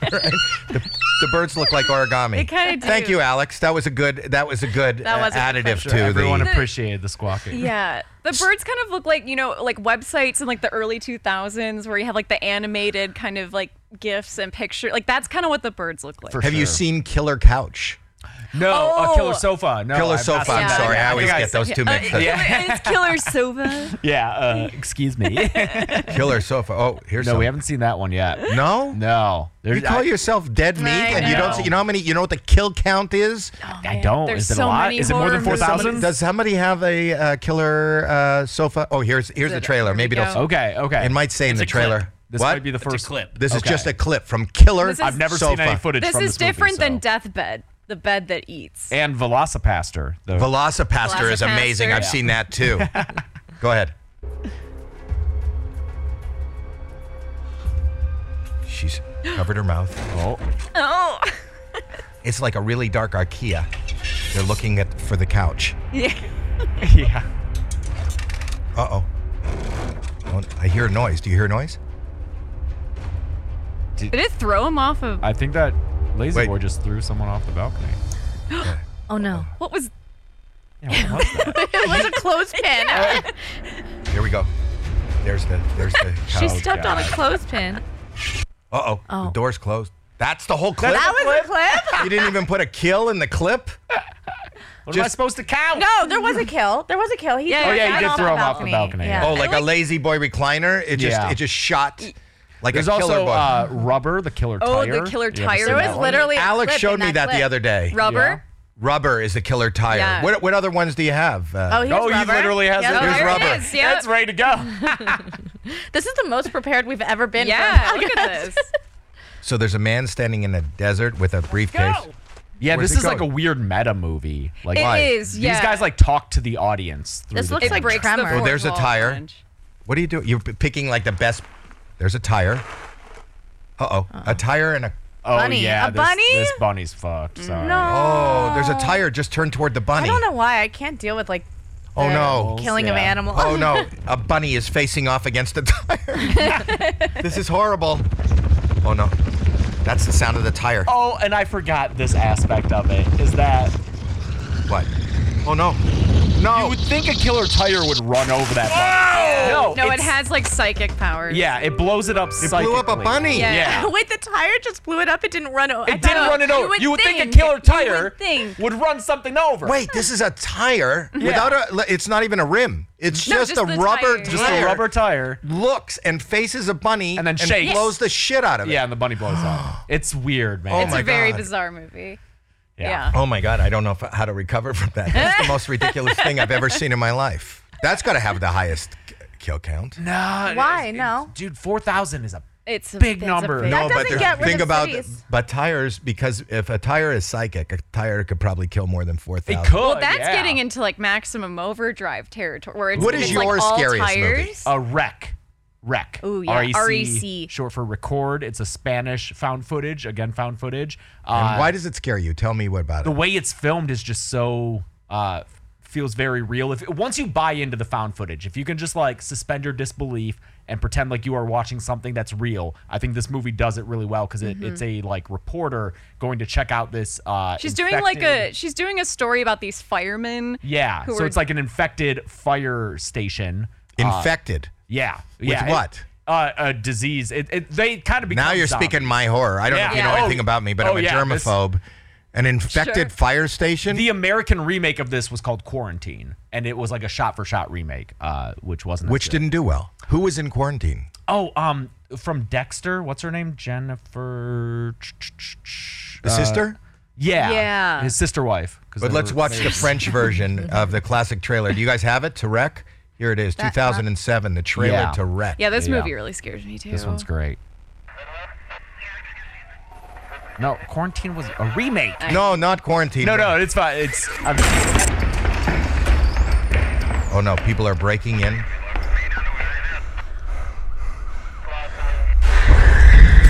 Speaker 1: The, the birds look like origami.
Speaker 4: They kinda do.
Speaker 1: Thank you, Alex. That was a good. That was a good
Speaker 4: That
Speaker 1: uh,
Speaker 4: was a good
Speaker 1: additive
Speaker 4: question.
Speaker 1: to
Speaker 4: Sure,
Speaker 2: Everyone
Speaker 1: the.
Speaker 2: appreciated the squawking.
Speaker 4: Yeah. The birds kind of look like, you know, like websites in like the early 2000s where you have like the animated kind of like gifs and picture. Like that's kind of what the birds look like.
Speaker 1: Have you seen Killer Couch?
Speaker 2: No,
Speaker 4: Oh.
Speaker 2: a killer sofa. No,
Speaker 1: Killer
Speaker 2: I've not
Speaker 1: Sofa,
Speaker 2: seen
Speaker 1: I'm
Speaker 2: that.
Speaker 1: sorry, I
Speaker 2: think
Speaker 1: always get those
Speaker 4: Yeah.
Speaker 1: two
Speaker 4: Uh,
Speaker 1: mixed up.
Speaker 4: killer- it's Killer Sova.
Speaker 2: Yeah, uh, excuse me.
Speaker 1: Killer Sofa. Oh, here's
Speaker 2: no,
Speaker 1: some.
Speaker 2: we haven't seen that one yet.
Speaker 1: No?
Speaker 2: No. There's,
Speaker 1: You call
Speaker 2: I,
Speaker 1: yourself dead meat,
Speaker 4: I
Speaker 1: and you don't.
Speaker 4: know.
Speaker 1: see- You know how many? You know what the kill count is?
Speaker 2: I don't.
Speaker 4: There's
Speaker 2: Is it
Speaker 4: so
Speaker 2: a lot?
Speaker 4: many
Speaker 2: Is it more than
Speaker 4: horror
Speaker 2: four thousand?
Speaker 1: Does somebody have a uh, killer uh, sofa? Oh, here's here's the trailer. Maybe it'll.
Speaker 2: Okay, okay.
Speaker 1: It might say in the trailer.
Speaker 2: This
Speaker 1: what?
Speaker 2: might be the first clip.
Speaker 1: This is
Speaker 2: Okay.
Speaker 1: just a clip from Killer.
Speaker 4: This is- I've never
Speaker 2: seen
Speaker 1: Sofa.
Speaker 2: any footage.
Speaker 4: This
Speaker 2: from
Speaker 4: is
Speaker 2: this movie,
Speaker 4: different than
Speaker 2: so.
Speaker 4: Deathbed, the bed that eats.
Speaker 2: and Velocipaster. The
Speaker 1: Velocipaster is
Speaker 4: Velocipaster.
Speaker 1: amazing. I've
Speaker 4: Yeah.
Speaker 1: seen that too. Go ahead. She's covered her mouth.
Speaker 2: Oh.
Speaker 4: Oh.
Speaker 1: It's like a really dark IKEA. They're looking at for the couch.
Speaker 4: Yeah.
Speaker 2: yeah.
Speaker 1: Uh oh. I hear a noise. Do you hear a noise?
Speaker 4: Did it throw him off of
Speaker 2: I think that lazy
Speaker 1: Wait.
Speaker 2: boy just threw someone off the balcony.
Speaker 3: Oh no.
Speaker 4: what was
Speaker 2: Yeah, what was that?
Speaker 3: it was a clothespin.
Speaker 1: Here we go. There's the there's the
Speaker 4: Uh,
Speaker 1: couch.
Speaker 2: Oh,
Speaker 3: She stepped on a clothespin.
Speaker 1: Uh oh. The door's closed. That's the whole clip.
Speaker 3: That was a clip?
Speaker 1: you didn't even put a kill in the clip.
Speaker 2: What am I
Speaker 1: Just-
Speaker 2: supposed to count?
Speaker 3: No, Oh, there was a kill. There was a kill. He
Speaker 4: Yeah,
Speaker 3: threw
Speaker 4: oh,
Speaker 3: a
Speaker 4: yeah, he
Speaker 3: guy
Speaker 4: did
Speaker 3: off
Speaker 2: throw him off the balcony.
Speaker 3: Yeah.
Speaker 1: Oh, like a lazy boy recliner. It just
Speaker 2: Yeah.
Speaker 1: it just shot like
Speaker 2: There's
Speaker 1: a killer
Speaker 2: also
Speaker 1: boy.
Speaker 2: uh, rubber, the killer
Speaker 4: Oh,
Speaker 2: tire.
Speaker 4: the killer
Speaker 2: You ever
Speaker 4: tire.
Speaker 2: seen
Speaker 4: There
Speaker 2: that
Speaker 4: was
Speaker 2: one?
Speaker 3: Literally a
Speaker 1: Alex
Speaker 3: clip
Speaker 1: showed
Speaker 3: in
Speaker 1: me that the
Speaker 3: clip.
Speaker 1: other day.
Speaker 4: rubber?
Speaker 1: Rubber is the killer tire.
Speaker 4: Yeah.
Speaker 1: What what other ones do you have? Uh,
Speaker 3: Oh, he has
Speaker 2: Oh, he
Speaker 3: rubber.
Speaker 2: literally has
Speaker 3: Yeah,
Speaker 2: it.
Speaker 3: there
Speaker 1: Here's
Speaker 3: it
Speaker 1: rubber.
Speaker 3: is.
Speaker 4: Yeah.
Speaker 2: That's ready to go.
Speaker 3: This is the most prepared we've ever been. for a
Speaker 4: Yeah, look
Speaker 3: podcast.
Speaker 4: at this.
Speaker 1: So there's a man standing in a desert with a briefcase.
Speaker 2: Yeah,
Speaker 1: Where's
Speaker 2: this
Speaker 1: it
Speaker 2: is like a
Speaker 1: going?
Speaker 2: weird meta movie. Like
Speaker 4: It
Speaker 1: Why?
Speaker 4: is, yeah.
Speaker 2: these guys like talk to the audience. Through
Speaker 3: This
Speaker 2: the
Speaker 3: looks
Speaker 4: it
Speaker 3: like
Speaker 2: camera.
Speaker 4: breaks the
Speaker 3: Tremor. Oh,
Speaker 4: fourth
Speaker 1: there's a
Speaker 4: wall
Speaker 1: tire.
Speaker 4: challenge.
Speaker 1: What are you doing? You're p- picking like the best. There's a tire. Uh oh. A tire and a.
Speaker 2: Oh
Speaker 3: bunny.
Speaker 2: yeah,
Speaker 3: A
Speaker 2: this,
Speaker 3: bunny?
Speaker 2: This bunny's fucked. Sorry.
Speaker 3: No.
Speaker 1: Oh, there's a tire just turned toward the bunny.
Speaker 3: I don't know why. I can't deal with like.
Speaker 1: Oh
Speaker 3: the
Speaker 1: no.
Speaker 3: Killing of
Speaker 2: Yeah.
Speaker 3: animals.
Speaker 1: Oh no. A bunny is facing off against a tire. this is horrible. Oh no. That's the sound of the tire.
Speaker 2: Oh, and I forgot this aspect of it is that
Speaker 1: What? Oh no. No.
Speaker 2: you would think a killer tire would run over that bunny. No,
Speaker 4: No, it
Speaker 2: it's-
Speaker 4: has like psychic powers.
Speaker 2: Yeah, it blows it up.
Speaker 1: it blew up a bunny.
Speaker 4: Yeah.
Speaker 2: Yeah.
Speaker 3: Wait, the tire just blew it up. It didn't run over.
Speaker 2: It didn't run it over. You would, think, a killer tire
Speaker 4: would think.
Speaker 2: run something over.
Speaker 1: Wait, this is a tire without a. It's not even a rim. It's
Speaker 4: No,
Speaker 1: just,
Speaker 4: just
Speaker 1: a
Speaker 4: the
Speaker 1: rubber
Speaker 4: tire.
Speaker 1: tire.
Speaker 4: Just
Speaker 2: just a rubber tire.
Speaker 1: Looks and faces a bunny
Speaker 2: And then shakes.
Speaker 1: blows the shit out of it.
Speaker 2: Yeah, and the bunny blows up. It's weird, man.
Speaker 1: Oh
Speaker 4: It's
Speaker 1: my
Speaker 4: a very
Speaker 1: God.
Speaker 4: bizarre movie.
Speaker 2: Yeah.
Speaker 4: Yeah.
Speaker 1: Oh my God, I don't know if, how to recover from that. That's the most ridiculous thing I've ever seen in my life. That's got to have the highest k- kill count.
Speaker 2: Nah, Ah, it-
Speaker 3: Why?
Speaker 2: it-
Speaker 3: No.
Speaker 2: Dude, four thousand is a
Speaker 4: It's a
Speaker 2: big
Speaker 4: it's a
Speaker 2: number.
Speaker 4: big-
Speaker 3: That doesn't
Speaker 1: there's-
Speaker 3: get rid
Speaker 1: think
Speaker 3: of
Speaker 1: about
Speaker 3: cities.
Speaker 1: but tires because if a tire is psychic, a tire could probably kill more than four
Speaker 2: It
Speaker 1: thousand.
Speaker 2: could.
Speaker 4: Well, that's
Speaker 2: yeah.
Speaker 4: getting into like maximum overdrive territory. Where it's,
Speaker 1: What
Speaker 4: if
Speaker 1: is
Speaker 4: it's, like,
Speaker 1: your
Speaker 4: all
Speaker 1: scariest movie?
Speaker 4: tires.
Speaker 2: a wreck. Wreck. E
Speaker 4: Ooh, yeah, E REC.
Speaker 2: Short for record. It's a Spanish found footage. Again, found footage.
Speaker 1: And
Speaker 2: Uh,
Speaker 1: why does it scare you? Tell me what about
Speaker 2: the
Speaker 1: it.
Speaker 2: way it's filmed is just so uh, feels very real. If once you buy into the found footage, if you can just like suspend your disbelief and pretend like you are watching something that's real, I think this movie does it really well because it, it's a like reporter going to check out this. Uh,
Speaker 4: Mm-hmm. She's doing like a
Speaker 2: infected-
Speaker 4: she's doing a story about these firemen.
Speaker 2: yeah.
Speaker 4: who
Speaker 2: So
Speaker 4: are-
Speaker 2: it's like an infected fire station. Uh,
Speaker 1: Infected.
Speaker 2: yeah. yeah, it-
Speaker 1: what?
Speaker 2: uh, a disease. It, it, they kind of become
Speaker 1: now you're
Speaker 2: zombies.
Speaker 1: speaking my horror. I don't know if you
Speaker 2: Yeah.
Speaker 1: know
Speaker 2: Yeah.
Speaker 1: anything
Speaker 2: Oh,
Speaker 1: about me, but
Speaker 2: oh,
Speaker 1: I'm a
Speaker 2: yeah, this-
Speaker 1: germaphobe. An infected
Speaker 4: Sure.
Speaker 1: fire station.
Speaker 2: The American remake of this was called Quarantine, and it was like a shot-for-shot remake, uh, which wasn't. as
Speaker 1: which
Speaker 2: good.
Speaker 1: didn't do well. Who was in quarantine?
Speaker 2: Oh, um, from Dexter. What's her name? Jennifer. Uh,
Speaker 1: The sister?
Speaker 2: Yeah.
Speaker 4: Yeah.
Speaker 2: His sister wife. 'cause
Speaker 1: But
Speaker 2: they
Speaker 1: let's
Speaker 2: were
Speaker 1: watch the
Speaker 2: mates.
Speaker 1: French version of the classic trailer. Do you guys have it to wreck? Here it is, 2007, the trailer
Speaker 2: Yeah.
Speaker 1: to wreck.
Speaker 4: Yeah, this
Speaker 2: Yeah.
Speaker 4: movie really scares me too.
Speaker 2: This one's great. No, quarantine was a remake.
Speaker 1: No, not quarantine.
Speaker 2: No, no, it's fine. It's I'm,
Speaker 1: Oh no, people are breaking in.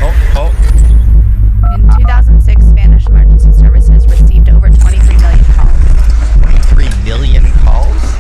Speaker 1: Oh, oh.
Speaker 3: In 2006, Spanish emergency services received over 23 million calls.
Speaker 1: Three million calls.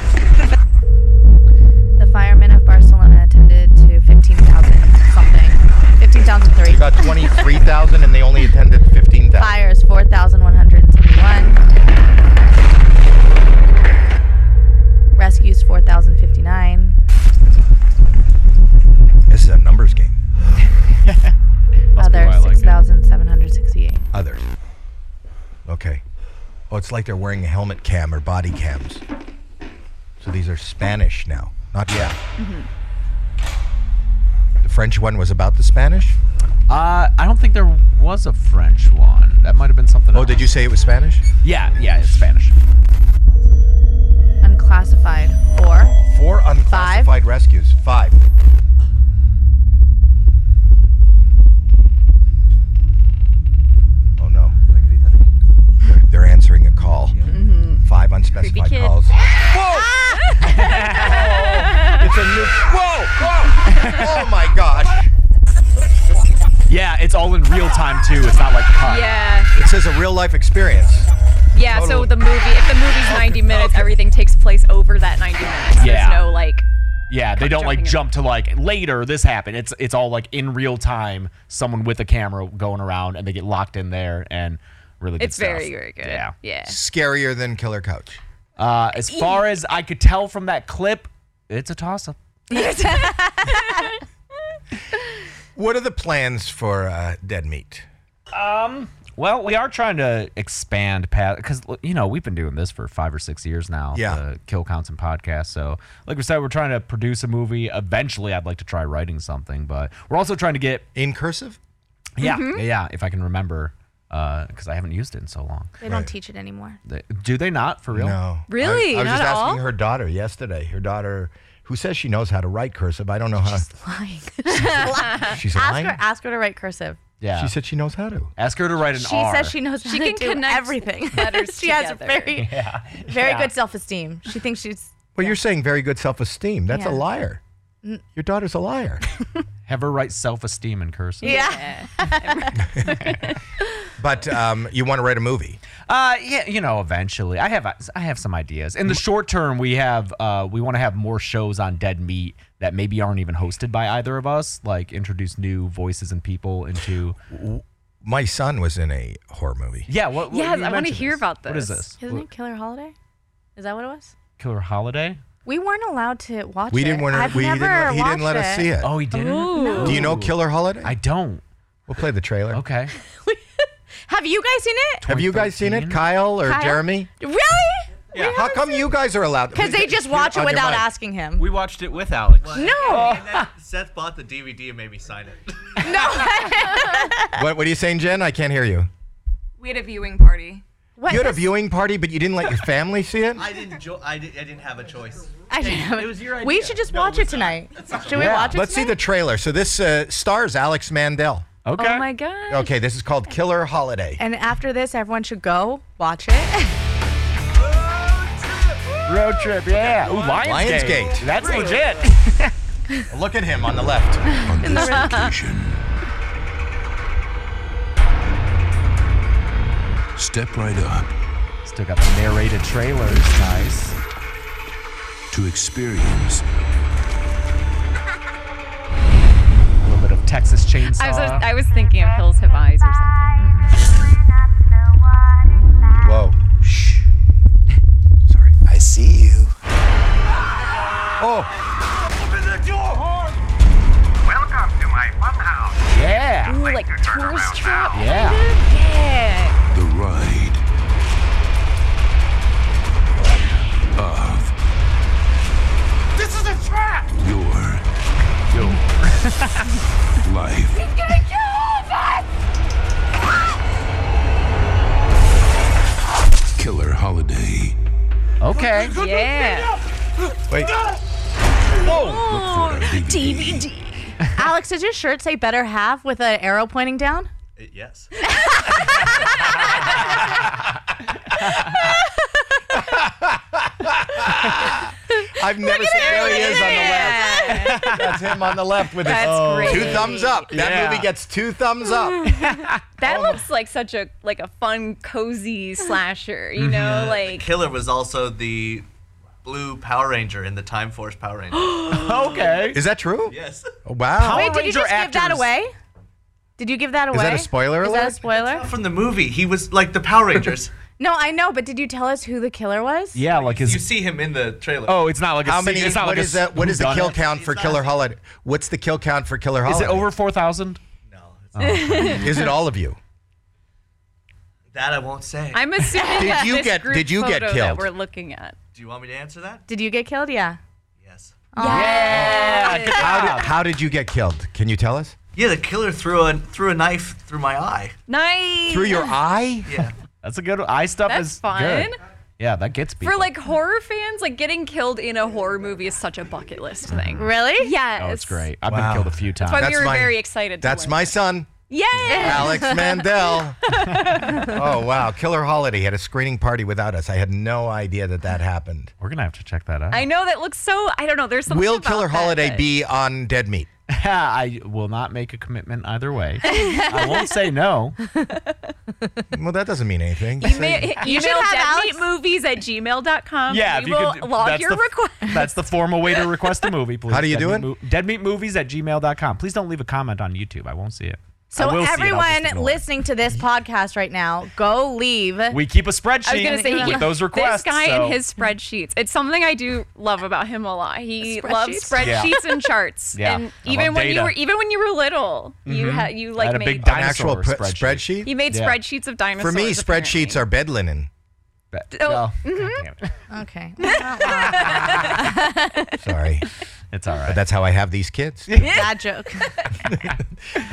Speaker 1: Oh, it's like they're wearing a helmet cam or body cams. So these are Spanish now. Not yet. The French one was about the Spanish?
Speaker 2: Uh, I don't think there was a French one. That might have been something.
Speaker 1: Oh, did you say it was Spanish?
Speaker 2: Yeah, yeah, it's Spanish.
Speaker 3: Unclassified. Four.
Speaker 1: Four unclassified rescues. Five. Oh no. They're, they're answering a call. Five unspecified
Speaker 4: kid.
Speaker 1: calls. It's a new. Whoa! Whoa! oh my gosh!
Speaker 2: Yeah, it's all in real time too. It's not like cut.
Speaker 4: Yeah.
Speaker 1: It says a real life experience.
Speaker 4: Yeah, so
Speaker 1: Total-
Speaker 4: the movie, if the movie's 90 minutes, everything takes place over that 90 minutes.
Speaker 2: Yeah.
Speaker 4: There's no like,
Speaker 2: Yeah, they don't like
Speaker 4: jumping in.
Speaker 2: jump to like later this happened. It's it's all like in real time. Someone with a camera going around and they get locked in there and really. Good
Speaker 4: it's
Speaker 2: stuff.
Speaker 4: very, very good.
Speaker 2: Yeah.
Speaker 4: Yeah.
Speaker 1: Scarier than Killer Couch.
Speaker 2: Uh, as far as I could tell from that clip, it's a toss up.
Speaker 1: What are the plans for uh, Dead Meat?
Speaker 2: Um. Well, we are trying to expand past because you know we've been doing this for five or six years now.
Speaker 1: Yeah.
Speaker 2: The kill counts and podcasts. So, like we said, we're trying to produce a movie. Eventually, I'd like to try writing something, but we're also trying to get
Speaker 1: in cursive.
Speaker 2: Yeah,
Speaker 3: Mhm.
Speaker 2: yeah, yeah, If I can remember, because I haven't used it in so long.
Speaker 3: They don't teach it anymore.
Speaker 2: They- do they not for real?
Speaker 1: No.
Speaker 3: Really?
Speaker 1: I, I was
Speaker 3: Not at
Speaker 1: just asking
Speaker 3: all?
Speaker 1: her daughter yesterday. Her daughter, who says she knows how to write cursive, I don't know how.
Speaker 3: Lying.
Speaker 1: She's
Speaker 3: ask
Speaker 1: lying?
Speaker 3: her. Ask her to write cursive.
Speaker 2: Yeah.
Speaker 1: She said she knows how to.
Speaker 2: Ask her to write an
Speaker 3: She
Speaker 2: R.
Speaker 3: says she knows how
Speaker 4: She
Speaker 3: to
Speaker 4: can
Speaker 3: do
Speaker 4: connect
Speaker 3: everything.
Speaker 4: letters
Speaker 3: she has a
Speaker 4: together.
Speaker 3: very,
Speaker 2: Yeah.
Speaker 3: very
Speaker 2: Yeah.
Speaker 3: good self-esteem. She thinks she's
Speaker 1: Well, you're saying very good self-esteem. That's a
Speaker 3: Yeah.
Speaker 1: liar.
Speaker 3: Mm.
Speaker 1: Your daughter's a liar.
Speaker 2: Have her write self-esteem in cursive.
Speaker 3: yeah.
Speaker 1: but um, you want to write a movie?
Speaker 2: Uh, yeah, you know, eventually, I have I have some ideas.
Speaker 1: Mm.
Speaker 2: In the short term, we have uh, we want to have more shows on Dead Meat that maybe aren't even hosted by either of us. Like introduce new voices and people into.
Speaker 1: My son was in a horror movie.
Speaker 2: Yeah, what? what-
Speaker 4: Yes,
Speaker 2: you
Speaker 4: I wanna
Speaker 2: mentioned
Speaker 4: hear about
Speaker 2: What is
Speaker 4: this.
Speaker 2: this?
Speaker 3: Isn't it Killer Holiday? Is that what it was?
Speaker 2: Killer Holiday?
Speaker 3: We weren't allowed to watch
Speaker 1: We
Speaker 3: it.
Speaker 1: didn't want
Speaker 3: I've
Speaker 1: to. We
Speaker 3: never
Speaker 1: didn't. let- He didn't
Speaker 3: watched
Speaker 1: let us see it.
Speaker 2: Oh, he didn't.
Speaker 1: Do you know Killer Holiday?
Speaker 2: I don't.
Speaker 1: We'll play the trailer.
Speaker 2: Okay.
Speaker 3: Have you guys seen it?
Speaker 1: Have you guys seen it, Kyle or
Speaker 3: Kyle?
Speaker 1: Jeremy?
Speaker 3: Really?
Speaker 1: Yeah. How come you guys are allowed?
Speaker 3: Because they just watch it without asking him.
Speaker 17: We watched it with Alex.
Speaker 3: No.
Speaker 17: And then Seth bought the DVD and made me sign it.
Speaker 1: What, what are you saying, Jen? I can't hear you.
Speaker 12: We had a viewing party.
Speaker 1: you had a viewing party, but you didn't let your family see it.
Speaker 17: I didn't. Jo- I, did, I didn't have a choice.
Speaker 3: I didn't have
Speaker 17: It was your idea.
Speaker 3: We should just watch it tonight. Should we
Speaker 1: Yeah.
Speaker 3: watch it?
Speaker 1: Let's see the trailer. So this uh, stars Alex Mandel.
Speaker 2: Okay.
Speaker 3: Oh my god.
Speaker 1: Okay, this is called Killer Holiday.
Speaker 3: And after this, everyone should go watch it.
Speaker 2: Road trip, yeah. Ooh, Lionsgate.
Speaker 1: Lionsgate.
Speaker 2: That's legit.
Speaker 1: Look at him on the left.
Speaker 3: In the room.
Speaker 18: Step right up
Speaker 2: Still got the narrated trailers. Nice.
Speaker 18: to experience
Speaker 2: A little bit of Texas Chainsaw.
Speaker 4: I was, I was thinking of Hills Have Eyes or something.
Speaker 1: Whoa. Shh. Sorry. I see you. Oh,
Speaker 19: Welcome to my fun house.
Speaker 2: yeah.
Speaker 4: Ooh, like tourist trap.
Speaker 2: Yeah.
Speaker 4: Yeah.
Speaker 18: the ride of
Speaker 19: This is a trap!
Speaker 18: your life.
Speaker 19: He's gonna kill all of us!
Speaker 18: Killer Holiday.
Speaker 2: Okay.
Speaker 4: Yeah.
Speaker 1: wait.
Speaker 18: Look for it on
Speaker 4: DVD.
Speaker 3: Alex, does your shirt say "Better Half" with an arrow pointing down?
Speaker 17: It- yes.
Speaker 1: I've never seen. There he is on the left. That's him on the left with his
Speaker 4: That's Oh. great.
Speaker 1: two thumbs up. That
Speaker 2: Yeah.
Speaker 1: movie gets two thumbs up.
Speaker 4: That looks like such a like a fun, cozy slasher.
Speaker 1: Mm-hmm.
Speaker 4: You know,
Speaker 17: The
Speaker 4: like
Speaker 17: killer was also the blue Power Ranger in the Time Force Power Ranger.
Speaker 2: Okay.
Speaker 1: Is that true?
Speaker 17: yes.
Speaker 1: Oh, wow.
Speaker 3: Wait, did you
Speaker 2: Ranger
Speaker 3: just give that
Speaker 2: actors.
Speaker 3: away? Did you give that away?
Speaker 1: that a spoiler
Speaker 3: Is that a
Speaker 1: alert?
Speaker 3: spoiler?
Speaker 17: From the movie, he was like the Power Rangers.
Speaker 3: No, I know, but did you tell us who the killer was?
Speaker 2: Yeah, like his.
Speaker 17: you see him in the trailer.
Speaker 2: oh, it's not like a.
Speaker 1: How
Speaker 2: se-
Speaker 1: many?
Speaker 2: It's not
Speaker 1: What
Speaker 2: like a
Speaker 1: is the what is the
Speaker 2: whodunit.
Speaker 1: kill count Oh. for Killer Holiday? What's the kill count for Killer
Speaker 2: Is
Speaker 1: Holiday?
Speaker 2: it over four thousand?
Speaker 1: Is it all of you?
Speaker 17: That I won't say.
Speaker 4: I'm assuming
Speaker 1: Did
Speaker 4: that
Speaker 1: you
Speaker 4: this
Speaker 1: get-
Speaker 4: group
Speaker 1: did you get
Speaker 4: photo
Speaker 1: killed?
Speaker 4: That we're looking at.
Speaker 17: Do you want me to answer that?
Speaker 3: Did you get killed? Yeah.
Speaker 1: Yeah. How did, how did you get killed? Can you tell us?
Speaker 17: Yeah, the killer threw a threw a knife through my eye.
Speaker 4: Nice.
Speaker 1: eye?
Speaker 17: Yeah.
Speaker 2: That's a good eye stuff
Speaker 4: That's
Speaker 2: is
Speaker 4: fun.
Speaker 2: good. Yeah, that gets people.
Speaker 4: For like horror fans, like getting killed in a horror movie is such a bucket list
Speaker 1: Mm-hmm.
Speaker 4: thing.
Speaker 3: Really?
Speaker 4: Yes.
Speaker 2: oh, it's great. I've been killed a few times.
Speaker 4: That's why we were very excited. To
Speaker 1: That's
Speaker 4: learn.
Speaker 1: my son,
Speaker 4: Yay!
Speaker 1: Alex Mandel. oh wow, Killer Holiday had a screening party without us. I had no idea that that happened.
Speaker 2: We're gonna have to check that out.
Speaker 4: I know that looks so. I don't know. There's something.
Speaker 1: Will
Speaker 4: about
Speaker 1: Killer
Speaker 4: that
Speaker 1: Holiday
Speaker 4: that-
Speaker 1: be on Dead Meat?
Speaker 2: I will not make a commitment either way. I won't say no.
Speaker 1: Well, that doesn't mean anything.
Speaker 4: Email,
Speaker 3: You should
Speaker 4: email
Speaker 3: have
Speaker 4: deadmeatmovies at gmail.com.
Speaker 2: Yeah, if
Speaker 4: we
Speaker 2: you
Speaker 4: will
Speaker 2: could-
Speaker 4: log
Speaker 2: that's
Speaker 4: your
Speaker 2: the-
Speaker 4: request.
Speaker 2: That's the formal way to request a movie, please.
Speaker 1: How do you do
Speaker 2: Deadmeat
Speaker 1: it?
Speaker 2: Mo- deadmeatmovies at gmail.com. Please don't leave a comment on YouTube. I won't see it. I
Speaker 3: So
Speaker 2: will see it, I'll just
Speaker 3: everyone
Speaker 2: ignore it.
Speaker 3: listening to this podcast right now, go leave.
Speaker 2: We keep a spreadsheet
Speaker 4: I was gonna say he-
Speaker 2: with those requests.
Speaker 4: This guy
Speaker 2: so-
Speaker 4: and his spreadsheets. It's something I do love about him a lot. He
Speaker 3: Spreadsheets?
Speaker 4: loves
Speaker 2: Yeah.
Speaker 4: spreadsheets and charts.
Speaker 2: Yeah.
Speaker 4: And
Speaker 2: I
Speaker 4: even
Speaker 2: love
Speaker 4: when
Speaker 2: data. Mm-hmm.
Speaker 4: you were even when you were little, you
Speaker 1: Mhm.
Speaker 4: had you
Speaker 1: I
Speaker 4: like
Speaker 1: had a
Speaker 4: made
Speaker 1: big An actual
Speaker 2: dinosaur
Speaker 1: pr- spreadsheet?
Speaker 4: You made
Speaker 1: Yeah.
Speaker 4: spreadsheets
Speaker 1: For
Speaker 4: of dinosaurs.
Speaker 1: me,
Speaker 4: apparently.
Speaker 1: spreadsheets are bed linen.
Speaker 4: Oh,
Speaker 3: Okay.
Speaker 1: Sorry.
Speaker 2: It's all right.
Speaker 1: But that's how I have these kids.
Speaker 3: Bad joke.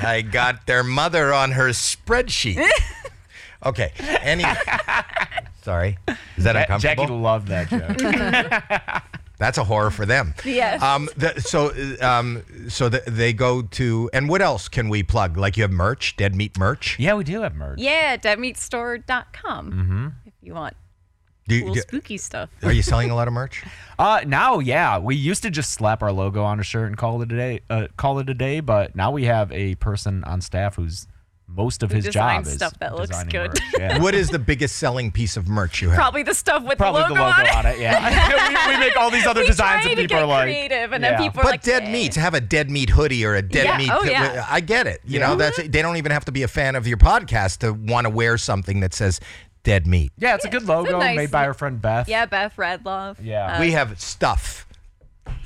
Speaker 1: I got their mother on her spreadsheet. Okay. Anyway. Sorry. Is that
Speaker 2: Ja-
Speaker 1: uncomfortable?
Speaker 2: Jackie loved that
Speaker 4: Mm-hmm.
Speaker 2: joke.
Speaker 1: That's a horror for them.
Speaker 4: Yes.
Speaker 1: Um, the, so uh, um, so the, they go to, and what else can we plug? Like you have merch, dead meat merch.
Speaker 2: yeah, we do have merch.
Speaker 4: yeah, deadmeatstore.com
Speaker 2: Mm-hmm.
Speaker 4: if you want
Speaker 1: Do, you-
Speaker 4: cool
Speaker 1: do-
Speaker 4: spooky stuff.
Speaker 1: are you selling a lot of merch?
Speaker 2: Uh, now, yeah, we used to just slap our logo on a shirt and call it a day. Uh, call it a day, but now we have a person on staff who's most of
Speaker 4: Who
Speaker 2: his job
Speaker 4: designs
Speaker 2: is
Speaker 4: stuff that looks
Speaker 2: designing
Speaker 4: good.
Speaker 2: merch, yeah.
Speaker 1: What is the biggest selling piece of merch you have?
Speaker 4: Probably the stuff with
Speaker 2: Probably
Speaker 4: the logo,
Speaker 2: the logo on it. Yeah, we, we make all these other
Speaker 4: We
Speaker 2: designs
Speaker 4: try
Speaker 2: and
Speaker 4: to
Speaker 2: people
Speaker 4: get
Speaker 2: are like
Speaker 4: creative, and
Speaker 2: yeah.
Speaker 4: then people are
Speaker 1: But
Speaker 4: like, "Eh."
Speaker 1: dead meat, to have a dead meat hoodie or a dead
Speaker 4: Yeah.
Speaker 1: meat,
Speaker 4: Oh, yeah.
Speaker 1: I get it. You know, that's they don't even have to be a fan of your podcast to want to wear something that says dead meat.
Speaker 2: Yeah, it's a good logo
Speaker 4: nice Uh,
Speaker 2: made by
Speaker 4: look.
Speaker 2: our friend Beth.
Speaker 4: Yeah, Beth Radloff.
Speaker 2: Yeah.
Speaker 1: we have stuff.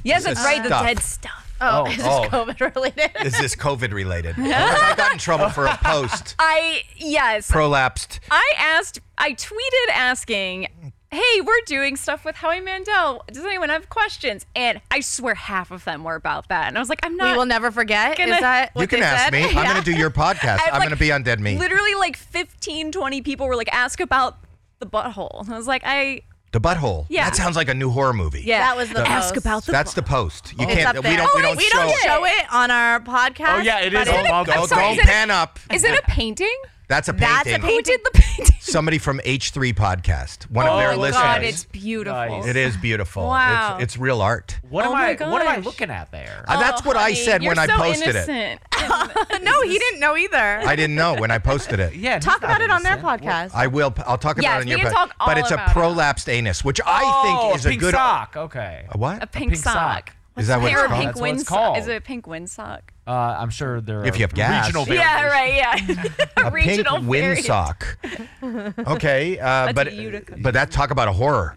Speaker 4: Yes,
Speaker 1: This
Speaker 4: that's
Speaker 1: is
Speaker 4: right. The
Speaker 1: stuff.
Speaker 4: dead stuff.
Speaker 3: Oh,
Speaker 1: Oh,
Speaker 3: is this
Speaker 1: oh.
Speaker 3: COVID related?
Speaker 1: Is this COVID related? Because I got in trouble for a post
Speaker 4: I yes.
Speaker 1: prolapsed.
Speaker 4: I asked. I tweeted asking, "Hey, we're doing stuff with Howie Mandel. Does anyone have questions?" And I swear, half of them were about that. And I was like, "I'm
Speaker 3: We
Speaker 4: not."
Speaker 3: will never forget.
Speaker 4: gonna-
Speaker 3: is that
Speaker 1: You
Speaker 3: what
Speaker 1: can
Speaker 3: they
Speaker 1: ask
Speaker 3: said?
Speaker 1: me. I'm going to do your podcast.
Speaker 4: I've,
Speaker 1: I'm
Speaker 4: like,
Speaker 1: going to be on Dead Meat.
Speaker 4: Literally, like 15, 20 people were like, "Ask about the butthole." And I was like, "I
Speaker 1: The butthole.
Speaker 4: Yeah.
Speaker 1: That sounds like a new horror movie.
Speaker 4: yeah."
Speaker 3: That was the
Speaker 4: ask
Speaker 3: post.
Speaker 4: about the.
Speaker 1: That's the post. You
Speaker 3: It's
Speaker 1: can't.
Speaker 3: up
Speaker 1: We
Speaker 3: there.
Speaker 1: don't.
Speaker 4: Oh,
Speaker 1: We don't
Speaker 3: we
Speaker 1: show.
Speaker 3: don't show it on our podcast.
Speaker 2: Oh, yeah, it
Speaker 3: but
Speaker 2: is on-
Speaker 1: Don't,
Speaker 2: I'm sorry,
Speaker 1: don't
Speaker 4: is it-
Speaker 1: pan up.
Speaker 4: is it a painting?
Speaker 1: That's a painting.
Speaker 3: That's a
Speaker 4: Who did the painting?
Speaker 1: Somebody from H3 podcast. One of
Speaker 2: Oh
Speaker 1: their
Speaker 2: my
Speaker 4: God,
Speaker 1: listeners.
Speaker 4: it's beautiful.
Speaker 1: It is beautiful.
Speaker 4: Wow.
Speaker 1: It's, it's real art.
Speaker 2: What
Speaker 4: Oh
Speaker 2: am
Speaker 4: my
Speaker 2: I? What am I
Speaker 4: gosh.
Speaker 2: looking at there?
Speaker 1: Uh, that's what I
Speaker 4: Oh, honey,
Speaker 1: said
Speaker 4: you're
Speaker 1: when I
Speaker 4: so
Speaker 1: posted it.
Speaker 4: innocent.
Speaker 3: no, he didn't know either.
Speaker 1: I didn't know when I posted it.
Speaker 2: yeah, he's
Speaker 3: Talk
Speaker 2: not
Speaker 3: about it on their
Speaker 2: innocent.
Speaker 3: podcast.
Speaker 1: I will. p- I'll talk about
Speaker 4: Yes,
Speaker 1: it on
Speaker 4: we
Speaker 1: your
Speaker 4: can
Speaker 1: podcast.
Speaker 4: talk all
Speaker 1: but it's a
Speaker 4: about it.
Speaker 1: prolapsed anus, which I
Speaker 2: Oh,
Speaker 1: think is a
Speaker 2: pink
Speaker 1: good.
Speaker 2: sock. Okay.
Speaker 1: A what?
Speaker 4: A pink,
Speaker 2: pink
Speaker 4: sock.
Speaker 2: sock.
Speaker 1: Is that what
Speaker 4: Pair
Speaker 1: it's
Speaker 4: of
Speaker 1: called?
Speaker 4: pink
Speaker 2: That's what it's
Speaker 4: wind so-
Speaker 2: called.
Speaker 4: Is it a pink wind sock?
Speaker 2: Uh, I'm sure there. Are
Speaker 1: If you have gas.
Speaker 2: regional
Speaker 4: Yeah,
Speaker 2: variations.
Speaker 4: right. Yeah.
Speaker 1: A pink
Speaker 4: Regional variant.
Speaker 1: windsock. okay, uh,
Speaker 4: That's
Speaker 1: but
Speaker 4: a Utica.
Speaker 1: but that talk about a horror.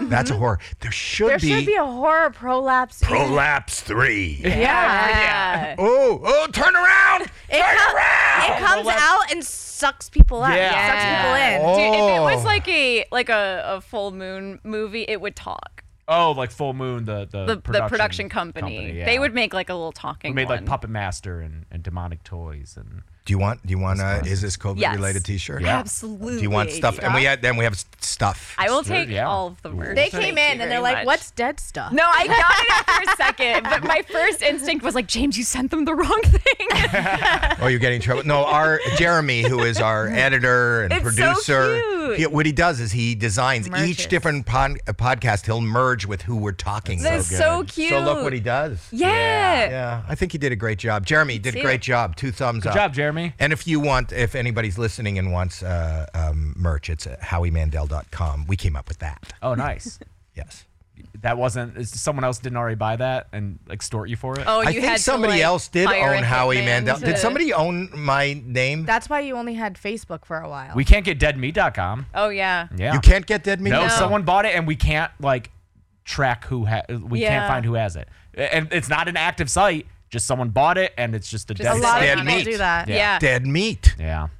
Speaker 1: That's a horror. There should
Speaker 3: there
Speaker 1: be.
Speaker 3: should be a horror prolapse.
Speaker 1: prolapse three.
Speaker 4: Yeah.
Speaker 1: Oh, oh, turn around!
Speaker 3: It, com- it comes
Speaker 2: Prolapse.
Speaker 3: out and sucks people up.
Speaker 2: Yeah.
Speaker 3: Sucks people in.
Speaker 1: Oh.
Speaker 4: Dude, if it was
Speaker 1: Oh.
Speaker 4: like a like a, a full moon movie, it would talk.
Speaker 2: Oh, like Full Moon, the the,
Speaker 4: The, the production company,
Speaker 2: yeah.
Speaker 4: they would make like a little
Speaker 2: We
Speaker 4: talking.
Speaker 2: made like
Speaker 4: one.
Speaker 2: Puppet Master and, and Demonic Toys and
Speaker 1: Do you want? Do you want? Uh, is this COVID
Speaker 4: Yes.
Speaker 1: related T-shirt?
Speaker 4: Absolutely.
Speaker 1: Do you want stuff? And we had, then we have s- stuff.
Speaker 4: I will
Speaker 2: Sure,
Speaker 4: take
Speaker 2: yeah.
Speaker 4: all of the merch.
Speaker 3: They
Speaker 4: Thank
Speaker 3: came
Speaker 4: you
Speaker 3: in
Speaker 4: very
Speaker 3: and they're like,
Speaker 4: much.
Speaker 3: "What's dead stuff?"
Speaker 4: No, I got it after a second, but my first instinct was like, James, you sent them the wrong thing.
Speaker 1: Oh, you're getting in trouble. No, our Jeremy, who is our editor and
Speaker 4: It's so
Speaker 1: producer,
Speaker 4: cute.
Speaker 1: he- what he does is he designs
Speaker 3: Merges.
Speaker 1: each different pon- uh, podcast. He'll merge with who we're talking.
Speaker 4: That
Speaker 1: about.
Speaker 4: is so cute.
Speaker 1: So look what he does.
Speaker 4: Yeah.
Speaker 1: Yeah, I think he did a great job. Jeremy did a
Speaker 4: too.
Speaker 1: great job. Two thumbs
Speaker 2: good
Speaker 1: up.
Speaker 2: job, Jeremy.
Speaker 1: And if you want, if anybody's listening and wants uh, um, merch, it's at howiemandel.com. We came up with that.
Speaker 2: Oh, nice.
Speaker 1: Yes.
Speaker 2: that wasn't is- someone else didn't already buy that and extort you for it.
Speaker 4: Oh, you
Speaker 1: I
Speaker 4: had
Speaker 1: think
Speaker 4: to,
Speaker 1: somebody
Speaker 4: like,
Speaker 1: else did
Speaker 4: hire a
Speaker 1: own Howie
Speaker 4: hitman
Speaker 1: Mandel.
Speaker 4: to-
Speaker 1: Did somebody own my name?
Speaker 3: That's why you only had Facebook for a while.
Speaker 2: We can't get deadmeat.com.
Speaker 4: Oh yeah.
Speaker 2: Yeah.
Speaker 1: You can't get dead meat.
Speaker 2: No,
Speaker 1: now?
Speaker 2: someone bought it and we can't like track who ha- we can't
Speaker 4: Yeah.
Speaker 2: find who has it. And it's not an active site, just someone bought it and it's just a
Speaker 4: Just
Speaker 2: dead
Speaker 3: a lot
Speaker 1: Dead
Speaker 3: of people
Speaker 1: meat.
Speaker 3: do that.
Speaker 4: Yeah.
Speaker 1: dead meat.
Speaker 2: Yeah.
Speaker 1: Wow.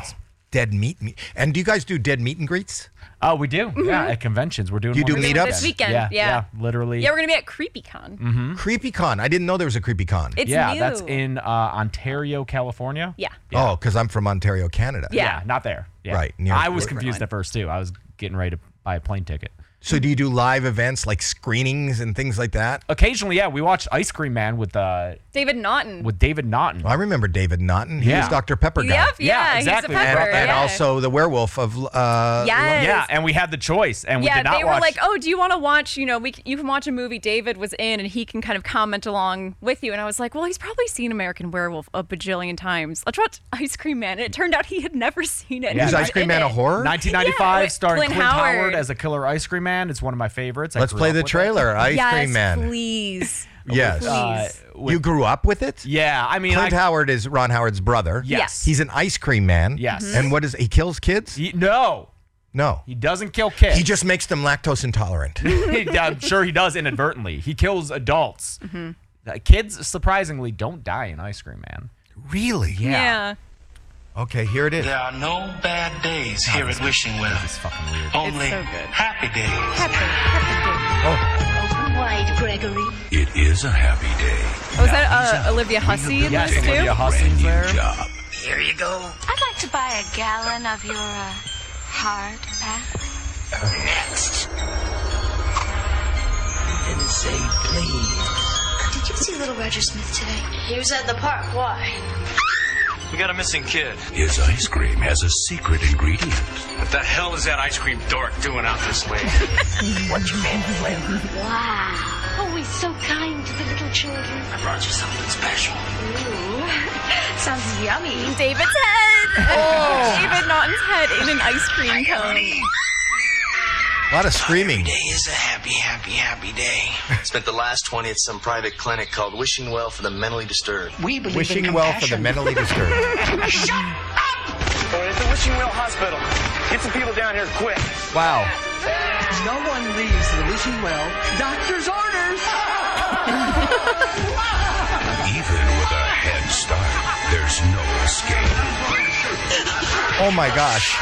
Speaker 2: Bastards.
Speaker 1: dead meat. meet- And do you guys do dead meet and greets?
Speaker 2: Oh, we do. Yeah, at conventions, we're doing.
Speaker 1: You
Speaker 2: one
Speaker 1: do
Speaker 2: this
Speaker 1: meetups?
Speaker 4: Mm-hmm. this weekend.
Speaker 2: Yeah,
Speaker 4: Yeah,
Speaker 2: literally.
Speaker 4: Yeah, we're gonna be at CreepyCon.
Speaker 2: mm-hmm.
Speaker 1: Creepy Con. I didn't know there was a Creepy Con.
Speaker 4: It's
Speaker 2: yeah,
Speaker 4: new.
Speaker 2: that's in uh, Ontario, California.
Speaker 4: Yeah.
Speaker 1: Oh, because I'm from Ontario, Canada.
Speaker 2: yeah, not there. Yeah.
Speaker 1: Right, near-
Speaker 2: I was
Speaker 1: right,
Speaker 2: confused at first too. I was getting ready to buy a plane ticket.
Speaker 1: So do you do live events like screenings and things like that?
Speaker 2: Occasionally, yeah, we watched Ice Cream Man with uh
Speaker 4: David Naughton.
Speaker 2: with David Naughton.
Speaker 1: I remember David Naughton. He
Speaker 2: Yeah.
Speaker 1: was Dr. Pepper guy.
Speaker 4: Yep, yeah, he's a
Speaker 2: exactly. we
Speaker 4: pepper,
Speaker 2: brought that
Speaker 1: And
Speaker 2: up.
Speaker 1: also the werewolf of uh,
Speaker 4: Yes.
Speaker 2: Yeah, and we had the choice, and we
Speaker 4: yeah,
Speaker 2: did not
Speaker 4: they were
Speaker 2: watch.
Speaker 4: like, "Oh, do you want to watch? You know, we c- you can watch a movie David was in, and he can kind of comment along with you." And I was like, "Well, he's probably seen American Werewolf a bajillion times. Let's watch Ice Cream Man." And it turned out he had never seen it. and
Speaker 1: Is
Speaker 4: he
Speaker 1: Ice
Speaker 4: was
Speaker 1: Cream
Speaker 4: in
Speaker 1: Man a
Speaker 4: it.
Speaker 1: horror?
Speaker 2: 1995,
Speaker 4: Yeah,
Speaker 2: starring Clint,
Speaker 4: Clint
Speaker 2: Howard.
Speaker 4: Howard.
Speaker 2: as a killer ice cream man. It's one of my favorites. I
Speaker 1: Let's
Speaker 2: grew
Speaker 1: play
Speaker 2: up
Speaker 1: the
Speaker 2: with it.
Speaker 1: trailer, Ice
Speaker 4: yes,
Speaker 1: Cream Man.
Speaker 4: please.
Speaker 1: Yes.
Speaker 2: Uh, with-
Speaker 1: you grew up with it?
Speaker 2: Yeah, I mean,
Speaker 1: Clint
Speaker 2: I,
Speaker 1: Howard is Ron Howard's brother.
Speaker 2: Yes.
Speaker 1: He's an ice cream man.
Speaker 2: Yes.
Speaker 4: Mm-hmm.
Speaker 2: Mhm.
Speaker 1: And what is he kills kids?
Speaker 2: he- no,
Speaker 1: No.
Speaker 2: he doesn't kill kids.
Speaker 1: He just makes them lactose intolerant.
Speaker 2: He- I'm sure he does inadvertently. He kills adults.
Speaker 4: Mm-hmm.
Speaker 2: Uh, Kids surprisingly don't die in Ice Cream Man.
Speaker 1: really?
Speaker 4: Yeah.
Speaker 1: Okay, here it is.
Speaker 20: There are no bad days here at Wishing Well.
Speaker 2: fucking weird.
Speaker 20: Only happy days.
Speaker 16: Open wide, Gregory.
Speaker 18: It is a happy day.
Speaker 4: Oh, was that uh, Olivia Hussey in
Speaker 2: Yes,
Speaker 4: this too?
Speaker 2: Olivia Hussey's there.
Speaker 18: Job.
Speaker 16: Here you go. I'd like to buy a gallon of your uh, hard pack.
Speaker 20: Next. And say please.
Speaker 16: Did you see little Roger Smith today? He was at the park. Why?
Speaker 20: We got a missing kid.
Speaker 18: His ice cream has a secret ingredient.
Speaker 14: What the hell is that ice cream dork doing out this late?
Speaker 20: What's your favorite flavor?
Speaker 16: Wow. Always so kind to the little children.
Speaker 20: I brought you something special.
Speaker 16: Ooh. Sounds yummy.
Speaker 4: David's head.
Speaker 1: Oh.
Speaker 4: David Naughton's head in an ice cream cone.
Speaker 1: A lot of screaming.
Speaker 20: Today is a happy, happy, happy day.
Speaker 14: Spent the last 20 at some private clinic called Wishing Well for the Mentally Disturbed.
Speaker 20: We believe
Speaker 1: Wishing
Speaker 20: in
Speaker 1: well for the
Speaker 20: compassion.
Speaker 1: mentally disturbed.
Speaker 20: Shut
Speaker 14: We're at the Wishing Well Hospital. Get some people down here quick.
Speaker 1: Wow.
Speaker 20: No one leaves the wishing well. Doctor's orders.
Speaker 18: Even with a head start, there's no escape.
Speaker 1: Oh my gosh.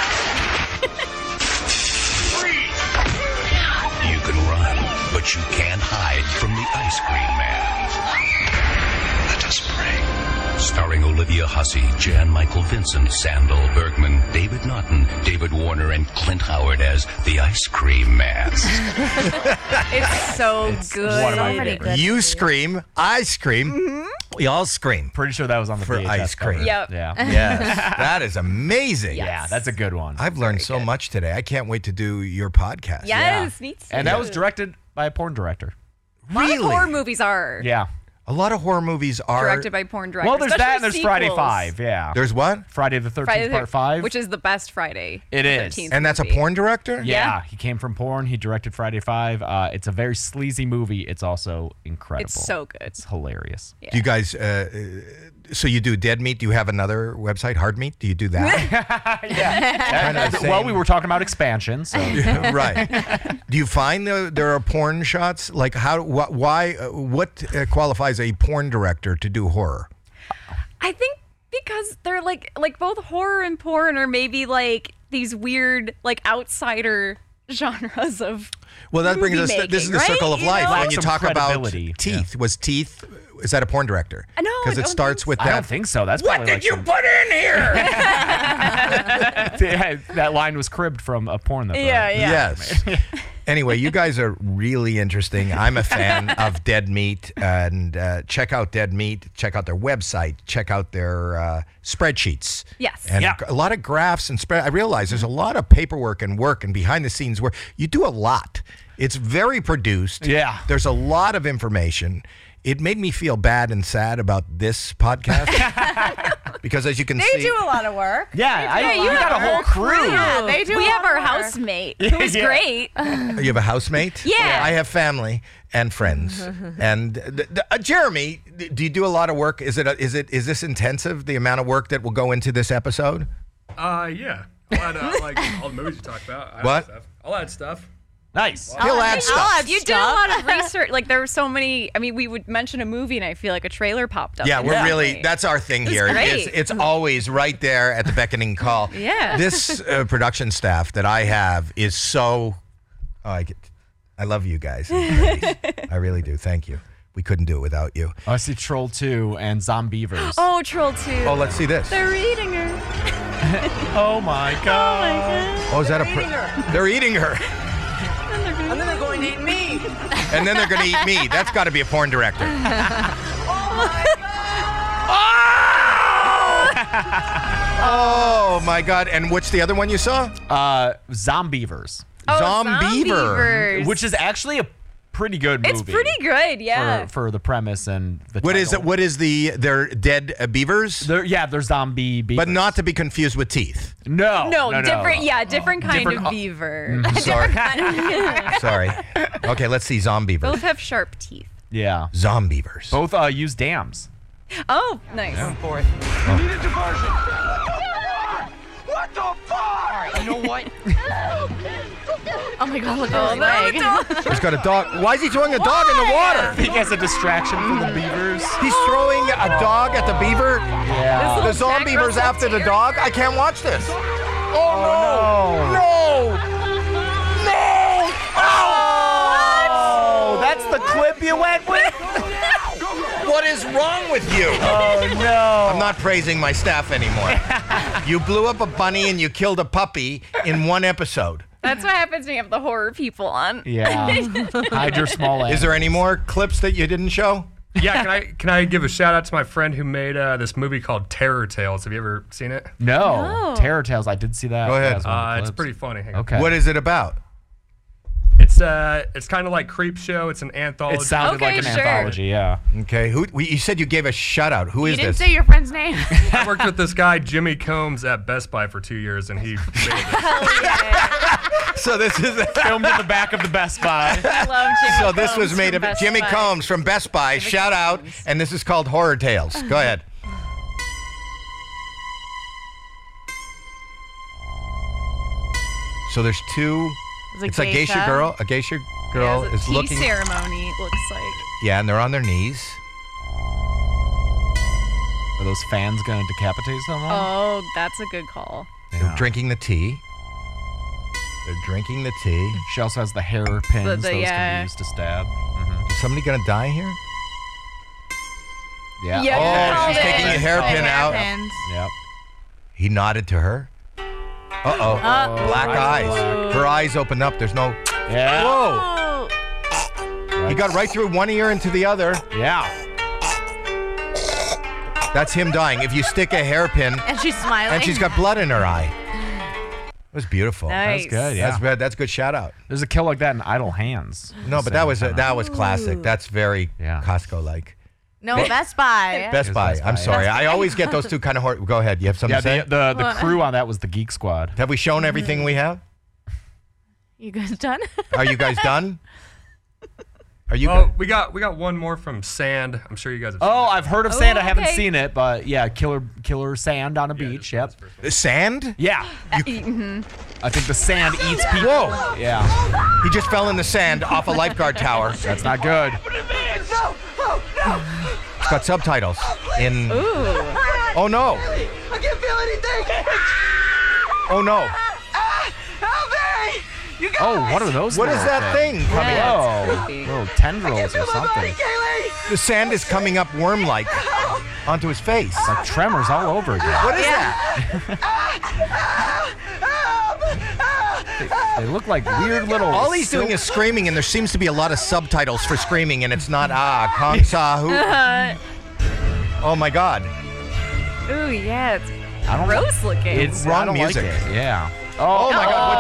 Speaker 18: You can run, but you can't hide from the ice cream man.
Speaker 20: Let us pray.
Speaker 18: Starring Olivia Hussey, Jan Michael Vincent, Sandal Bergman, David Naughton, David Warner, and Clint Howard as the ice cream man.
Speaker 4: It's so good.
Speaker 2: one of my
Speaker 4: So
Speaker 2: favorites.
Speaker 4: many good-
Speaker 1: You scream, I scream,
Speaker 4: Mm-hmm.
Speaker 1: we all scream.
Speaker 2: Pretty sure that was on the
Speaker 1: For
Speaker 2: VHS
Speaker 1: ice cream.
Speaker 2: cover.
Speaker 4: Yep.
Speaker 2: Yeah.
Speaker 1: Yes. that is amazing.
Speaker 2: Yeah, that's a good one.
Speaker 1: I've learned so much today. I can't wait to do your podcast.
Speaker 4: Yes, me too.
Speaker 2: and that was directed by a porn director.
Speaker 4: A lot of horror
Speaker 1: Really?
Speaker 4: movies are
Speaker 2: Yeah.
Speaker 1: A lot of horror movies are
Speaker 4: directed by porn directors.
Speaker 2: Well, there's that, and there's
Speaker 4: especially
Speaker 2: Friday
Speaker 4: sequels.
Speaker 2: Five. Yeah.
Speaker 1: There's what?
Speaker 2: Friday the Thirteenth
Speaker 4: Friday the
Speaker 2: Part Five.
Speaker 4: which is the best Friday.
Speaker 2: It
Speaker 4: the
Speaker 2: is.
Speaker 4: 13th
Speaker 1: And that's a
Speaker 4: movie.
Speaker 1: porn director?
Speaker 2: yeah. he came from porn. He directed Friday Five. Uh, it's a very sleazy movie. It's also incredible.
Speaker 4: It's so good.
Speaker 2: It's hilarious.
Speaker 1: Do you guys uh, uh, so you do dead meat? Do you have another website, hard meat? Do you do that?
Speaker 2: And,
Speaker 1: Kind of
Speaker 2: well,
Speaker 1: same.
Speaker 2: we were talking about expansion, so
Speaker 1: Yeah, right. Do you find the, there are porn shots? Like how wh- why uh, what uh, qualifies a porn director to do horror?
Speaker 4: I think because they're like like both horror and porn are maybe like these weird like outsider genres of
Speaker 1: Well, that brings
Speaker 4: movie
Speaker 1: us.
Speaker 4: making,
Speaker 1: this is the
Speaker 4: right?
Speaker 1: circle of
Speaker 4: You
Speaker 1: life
Speaker 4: know?
Speaker 1: when you
Speaker 2: Some
Speaker 1: talk about
Speaker 2: credibility,
Speaker 1: teeth. Was teeth? Is that a porn director?
Speaker 4: I know, I
Speaker 1: because it
Speaker 4: don't
Speaker 1: starts
Speaker 4: think
Speaker 1: with
Speaker 2: I don't
Speaker 1: that.
Speaker 2: think so. That's what did you
Speaker 20: Put in here.
Speaker 2: that line was cribbed from a porn. That
Speaker 4: Yeah, yeah.
Speaker 1: Yes. anyway, you guys are really interesting. I'm a fan of Dead Meat, and uh, check out Dead Meat. Check out their website. Check out their uh, spreadsheets.
Speaker 4: Yes.
Speaker 1: And
Speaker 2: Yeah.
Speaker 1: a lot of graphs and spread. I realize there's a lot of paperwork and work and behind the scenes where you do a lot. It's very produced.
Speaker 2: Yeah.
Speaker 1: There's a lot of information. It made me feel bad and sad about this podcast because, as you can see,
Speaker 21: They do a lot of work.
Speaker 2: Yeah, I,
Speaker 4: Yeah,
Speaker 2: you got a whole crew.
Speaker 21: Yeah, they do
Speaker 4: We
Speaker 21: a
Speaker 4: have
Speaker 21: lot
Speaker 4: our
Speaker 21: more.
Speaker 4: housemate who's
Speaker 2: Yeah.
Speaker 4: great.
Speaker 1: You have a housemate?
Speaker 4: Yeah.
Speaker 1: I have family and friends. and uh, th- th- uh, Jeremy, d- do you do a lot of work? Is it a, is it is this intensive? The amount of work that will go into this episode?
Speaker 22: Uh, yeah. A lot of, like all the movies you talk about. I
Speaker 1: What?
Speaker 21: Oh,
Speaker 22: Stuff. All that stuff.
Speaker 2: Nice.
Speaker 4: Oh,
Speaker 1: He'll add stuff.
Speaker 4: You did a lot of research. Like there were so many. I mean, we would mention a movie, and I feel like a trailer popped up.
Speaker 1: Yeah, we're
Speaker 4: instantly.
Speaker 1: really that's our thing here.
Speaker 4: great.
Speaker 1: It's, it's always right there at the beckoning call.
Speaker 4: Yeah.
Speaker 1: This uh, production staff that I have is so. Oh, I get. I love you guys. I really do. Thank you. We couldn't do it without you.
Speaker 2: Oh, I see Troll 2 and Zombievers.
Speaker 4: Oh, Troll Two.
Speaker 1: Oh, let's see this.
Speaker 4: They're eating her.
Speaker 2: oh my god.
Speaker 1: Oh, is that a?
Speaker 4: They're
Speaker 1: pr-
Speaker 4: eating her.
Speaker 1: They're eating her,
Speaker 19: And then they're going to eat me.
Speaker 1: and then they're going to eat me. That's got to be a porn director. Oh my god! And what's the other one you saw?
Speaker 2: Uh, Zombievers.
Speaker 4: Oh, Zombievers.
Speaker 2: Which is actually a pretty good movie.
Speaker 4: It's pretty good. Yeah.
Speaker 2: For, for the premise and the
Speaker 1: What is it? What is the? They're dead uh, beavers.
Speaker 2: They're, yeah, they're zombie beavers.
Speaker 1: But not to be confused with teeth.
Speaker 2: No.
Speaker 4: no, different. Yeah, different kind
Speaker 1: Different- Mm-hmm.
Speaker 4: of beaver.
Speaker 1: Mm,
Speaker 4: Different
Speaker 1: sorry.
Speaker 4: kind of-
Speaker 1: Sorry. Okay, let's see. Zombiever.
Speaker 4: Both have sharp teeth.
Speaker 2: Yeah.
Speaker 1: Zombievers.
Speaker 2: Both uh, use dams.
Speaker 4: Oh, nice.
Speaker 20: for it.
Speaker 1: Oh.
Speaker 20: Need a diversion. What the fuck? you know what?
Speaker 3: Oh my god, look
Speaker 4: Oh,
Speaker 3: at his
Speaker 4: no,
Speaker 3: leg.
Speaker 1: He's got a dog. Why is he throwing a dog in the water?
Speaker 2: He has a distraction from the beavers.
Speaker 1: He's throwing a dog at the beaver.
Speaker 2: Yeah.
Speaker 1: The zombievers after the dog. I can't watch this. Oh, no. No. No.
Speaker 2: Oh, that's the clip you went with.
Speaker 1: What is wrong with you?
Speaker 2: Oh no.
Speaker 1: I'm not praising my staff anymore. you blew up a bunny and you killed a puppy in one episode.
Speaker 4: That's what happens when you have the horror people on.
Speaker 2: Yeah. Hide your small
Speaker 1: Is there any more clips that you didn't show?
Speaker 21: yeah, can I can I give a shout out to my friend who made uh, this movie called Terror Tales? Have you ever seen it?
Speaker 2: No. Terror Tales. I did see that.
Speaker 1: Go ahead.
Speaker 2: That was one of
Speaker 21: Uh,
Speaker 2: the
Speaker 21: it's
Speaker 2: Mm, clips.
Speaker 21: pretty funny. Hang on.
Speaker 2: Okay.
Speaker 1: What is it about?
Speaker 21: It's uh, it's kind of like Creep Show. It's an anthology.
Speaker 2: It sounded like an anthology. Yeah.
Speaker 1: Okay, who we, you said you gave a shout out. Who
Speaker 3: You
Speaker 1: is
Speaker 3: didn't
Speaker 1: this?
Speaker 3: say your friend's name.
Speaker 21: I worked with this guy Jimmy Combs at Best Buy for two years, and he made
Speaker 1: so this is
Speaker 2: Filmed in the back of the Best Buy.
Speaker 4: I love Jimmy
Speaker 1: so this was
Speaker 4: Combs
Speaker 1: made
Speaker 4: from
Speaker 1: of
Speaker 4: Best
Speaker 1: Jimmy
Speaker 4: Buy.
Speaker 1: Combs from Best Buy. shout out, and this is called Horror Tales. Go ahead. So there's two.
Speaker 4: It's a
Speaker 1: a geisha
Speaker 4: geisha.
Speaker 1: girl. A geisha
Speaker 4: Yeah,
Speaker 1: girl
Speaker 4: it's a
Speaker 1: is
Speaker 4: tea
Speaker 1: looking.
Speaker 4: ceremony. It looks like.
Speaker 1: Yeah, and they're on their knees.
Speaker 2: Are those fans going to decapitate someone?
Speaker 4: Oh, that's a good call.
Speaker 1: They're drinking the tea. They're drinking the tea.
Speaker 2: She also has the hair pins.
Speaker 4: The- the-
Speaker 2: those can
Speaker 4: yeah.
Speaker 2: be used to stab. Mhm.
Speaker 1: Is somebody gonna die here?
Speaker 2: Yeah.
Speaker 4: Yeah,
Speaker 1: Oh,
Speaker 4: called
Speaker 1: she's
Speaker 4: it.
Speaker 1: taking a hairpin out.
Speaker 3: Hairpins.
Speaker 2: Yep.
Speaker 1: He nodded to her. Uh oh.
Speaker 3: Uh,
Speaker 1: Black eyes. Her eyes opened up. There's no.
Speaker 2: Yeah.
Speaker 1: Whoa.
Speaker 3: oh.
Speaker 1: He got right through one ear into the other.
Speaker 2: Yeah.
Speaker 1: That's him dying. If you stick a hairpin,
Speaker 3: And she's smiling.
Speaker 1: and she's got blood in her eye. It was beautiful.
Speaker 4: Nice.
Speaker 2: good, yeah.
Speaker 1: That's good. That's a good shout out.
Speaker 2: There's a kill like that in Idle Hands.
Speaker 1: No, but that was
Speaker 2: Same
Speaker 1: that was classic.
Speaker 3: Ooh.
Speaker 1: That's very
Speaker 2: Yeah.
Speaker 1: Costco like.
Speaker 3: No, Best Buy.
Speaker 1: Best
Speaker 2: was
Speaker 1: Buy.
Speaker 2: Best
Speaker 1: I'm
Speaker 2: Buy,
Speaker 1: sorry.
Speaker 2: yeah.
Speaker 1: I always get those two kind of hor- Go ahead. You have something
Speaker 2: Yeah,
Speaker 1: to say?
Speaker 2: the, the, the
Speaker 3: Well,
Speaker 2: crew on that was the Geek Squad.
Speaker 1: have we shown everything we have?
Speaker 3: You guys done?
Speaker 1: Are you guys done? Are you?
Speaker 21: Oh,
Speaker 1: go-
Speaker 21: we got we got one more from Sand. I'm sure you guys. Have seen
Speaker 2: Oh,
Speaker 21: that.
Speaker 2: I've heard of
Speaker 4: Oh,
Speaker 2: Sand. I haven't
Speaker 4: okay.
Speaker 2: seen it, but yeah, killer killer sand on a beach. Yep.
Speaker 1: Sand?
Speaker 2: Yeah. I think the sand eats people.
Speaker 1: Whoa!
Speaker 2: Yeah.
Speaker 1: He just fell in the sand off a lifeguard tower. It's
Speaker 2: That's not good.
Speaker 20: No! Oh, no!
Speaker 1: got subtitles in.
Speaker 4: Ooh.
Speaker 1: Oh no!
Speaker 20: I can't feel anything!
Speaker 1: Oh no!
Speaker 20: Ah, help me! You guys!
Speaker 2: Oh, what are those?
Speaker 1: What is
Speaker 2: little
Speaker 1: that thing
Speaker 2: things?
Speaker 1: coming
Speaker 4: Yeah.
Speaker 1: up?
Speaker 2: Whoa.
Speaker 4: creepy.
Speaker 2: Little
Speaker 20: I can't
Speaker 2: tendrils
Speaker 20: feel
Speaker 2: or
Speaker 20: my body,
Speaker 2: something.
Speaker 20: Kaylee!
Speaker 1: The sand is coming up worm-like onto his face.
Speaker 2: Like tremors all over again.
Speaker 1: What is that?
Speaker 2: They look like weird little.
Speaker 1: All he's doing is screaming, and there seems to be a lot of subtitles for screaming, and it's not ah Kong Sahu.
Speaker 4: Uh,
Speaker 1: Oh my God!
Speaker 4: ooh, yeah. It's
Speaker 2: I don't
Speaker 4: gross looking.
Speaker 2: It's
Speaker 1: Wrong
Speaker 2: I don't like
Speaker 1: music.
Speaker 2: it. Yeah.
Speaker 1: Oh my God!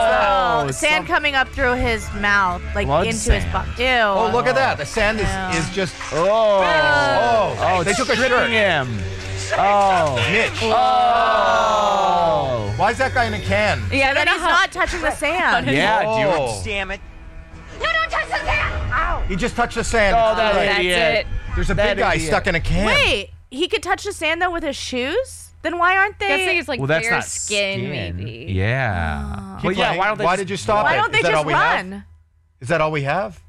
Speaker 3: Oh,
Speaker 1: What's that?
Speaker 3: sand coming up through his mouth, like
Speaker 2: Blood
Speaker 3: into his
Speaker 2: sand.
Speaker 3: butt. Ew.
Speaker 1: Oh look at that! The sand
Speaker 3: Yeah.
Speaker 1: is, is just.
Speaker 2: Oh. Oh.
Speaker 1: Oh,
Speaker 2: it's
Speaker 1: they took a
Speaker 2: stripping
Speaker 1: shirt.
Speaker 2: him. Oh.
Speaker 1: Mitch.
Speaker 2: Oh.
Speaker 1: Why is that guy in a can?
Speaker 4: yeah,
Speaker 3: And
Speaker 4: then
Speaker 3: then he's not touching the sand.
Speaker 2: Yeah, dude.
Speaker 1: Oh.
Speaker 20: Damn it.
Speaker 19: No, don't touch the sand! Ow!
Speaker 1: He just touched the sand.
Speaker 2: Oh, that
Speaker 4: that's
Speaker 2: idiot.
Speaker 4: it.
Speaker 1: There's a
Speaker 2: that
Speaker 1: big guy
Speaker 2: idiot.
Speaker 1: stuck in a can.
Speaker 3: Wait, he could touch the sand though with his shoes? Then why aren't they?
Speaker 4: That's like it's like
Speaker 2: well, that's
Speaker 4: bare
Speaker 2: not
Speaker 4: skin, maybe.
Speaker 2: Yeah. Well, yeah. Why don't they?
Speaker 1: Why
Speaker 2: just-
Speaker 1: did you stop
Speaker 3: why
Speaker 1: it?
Speaker 3: don't they
Speaker 1: Is that all
Speaker 3: just
Speaker 1: we have?
Speaker 3: run?
Speaker 1: Is that all we have?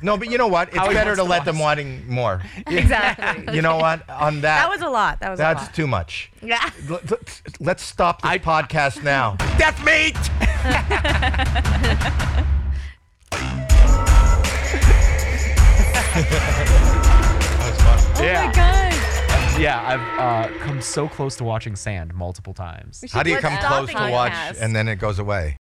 Speaker 1: No, but you know what? It's
Speaker 3: Howie
Speaker 1: better
Speaker 3: wants
Speaker 1: to
Speaker 3: to
Speaker 1: let
Speaker 3: watch.
Speaker 1: them wanting more.
Speaker 3: Exactly.
Speaker 1: You know what? On that,
Speaker 3: That was a lot. That was
Speaker 1: that's
Speaker 3: a lot.
Speaker 1: too much.
Speaker 3: Yeah.
Speaker 1: L- l- Let's stop this podcast now. Death meat.
Speaker 2: yeah.
Speaker 4: Oh god.
Speaker 2: Yeah, I've uh, come so close to watching Sand multiple times.
Speaker 1: How do you come close to watch and then it goes away?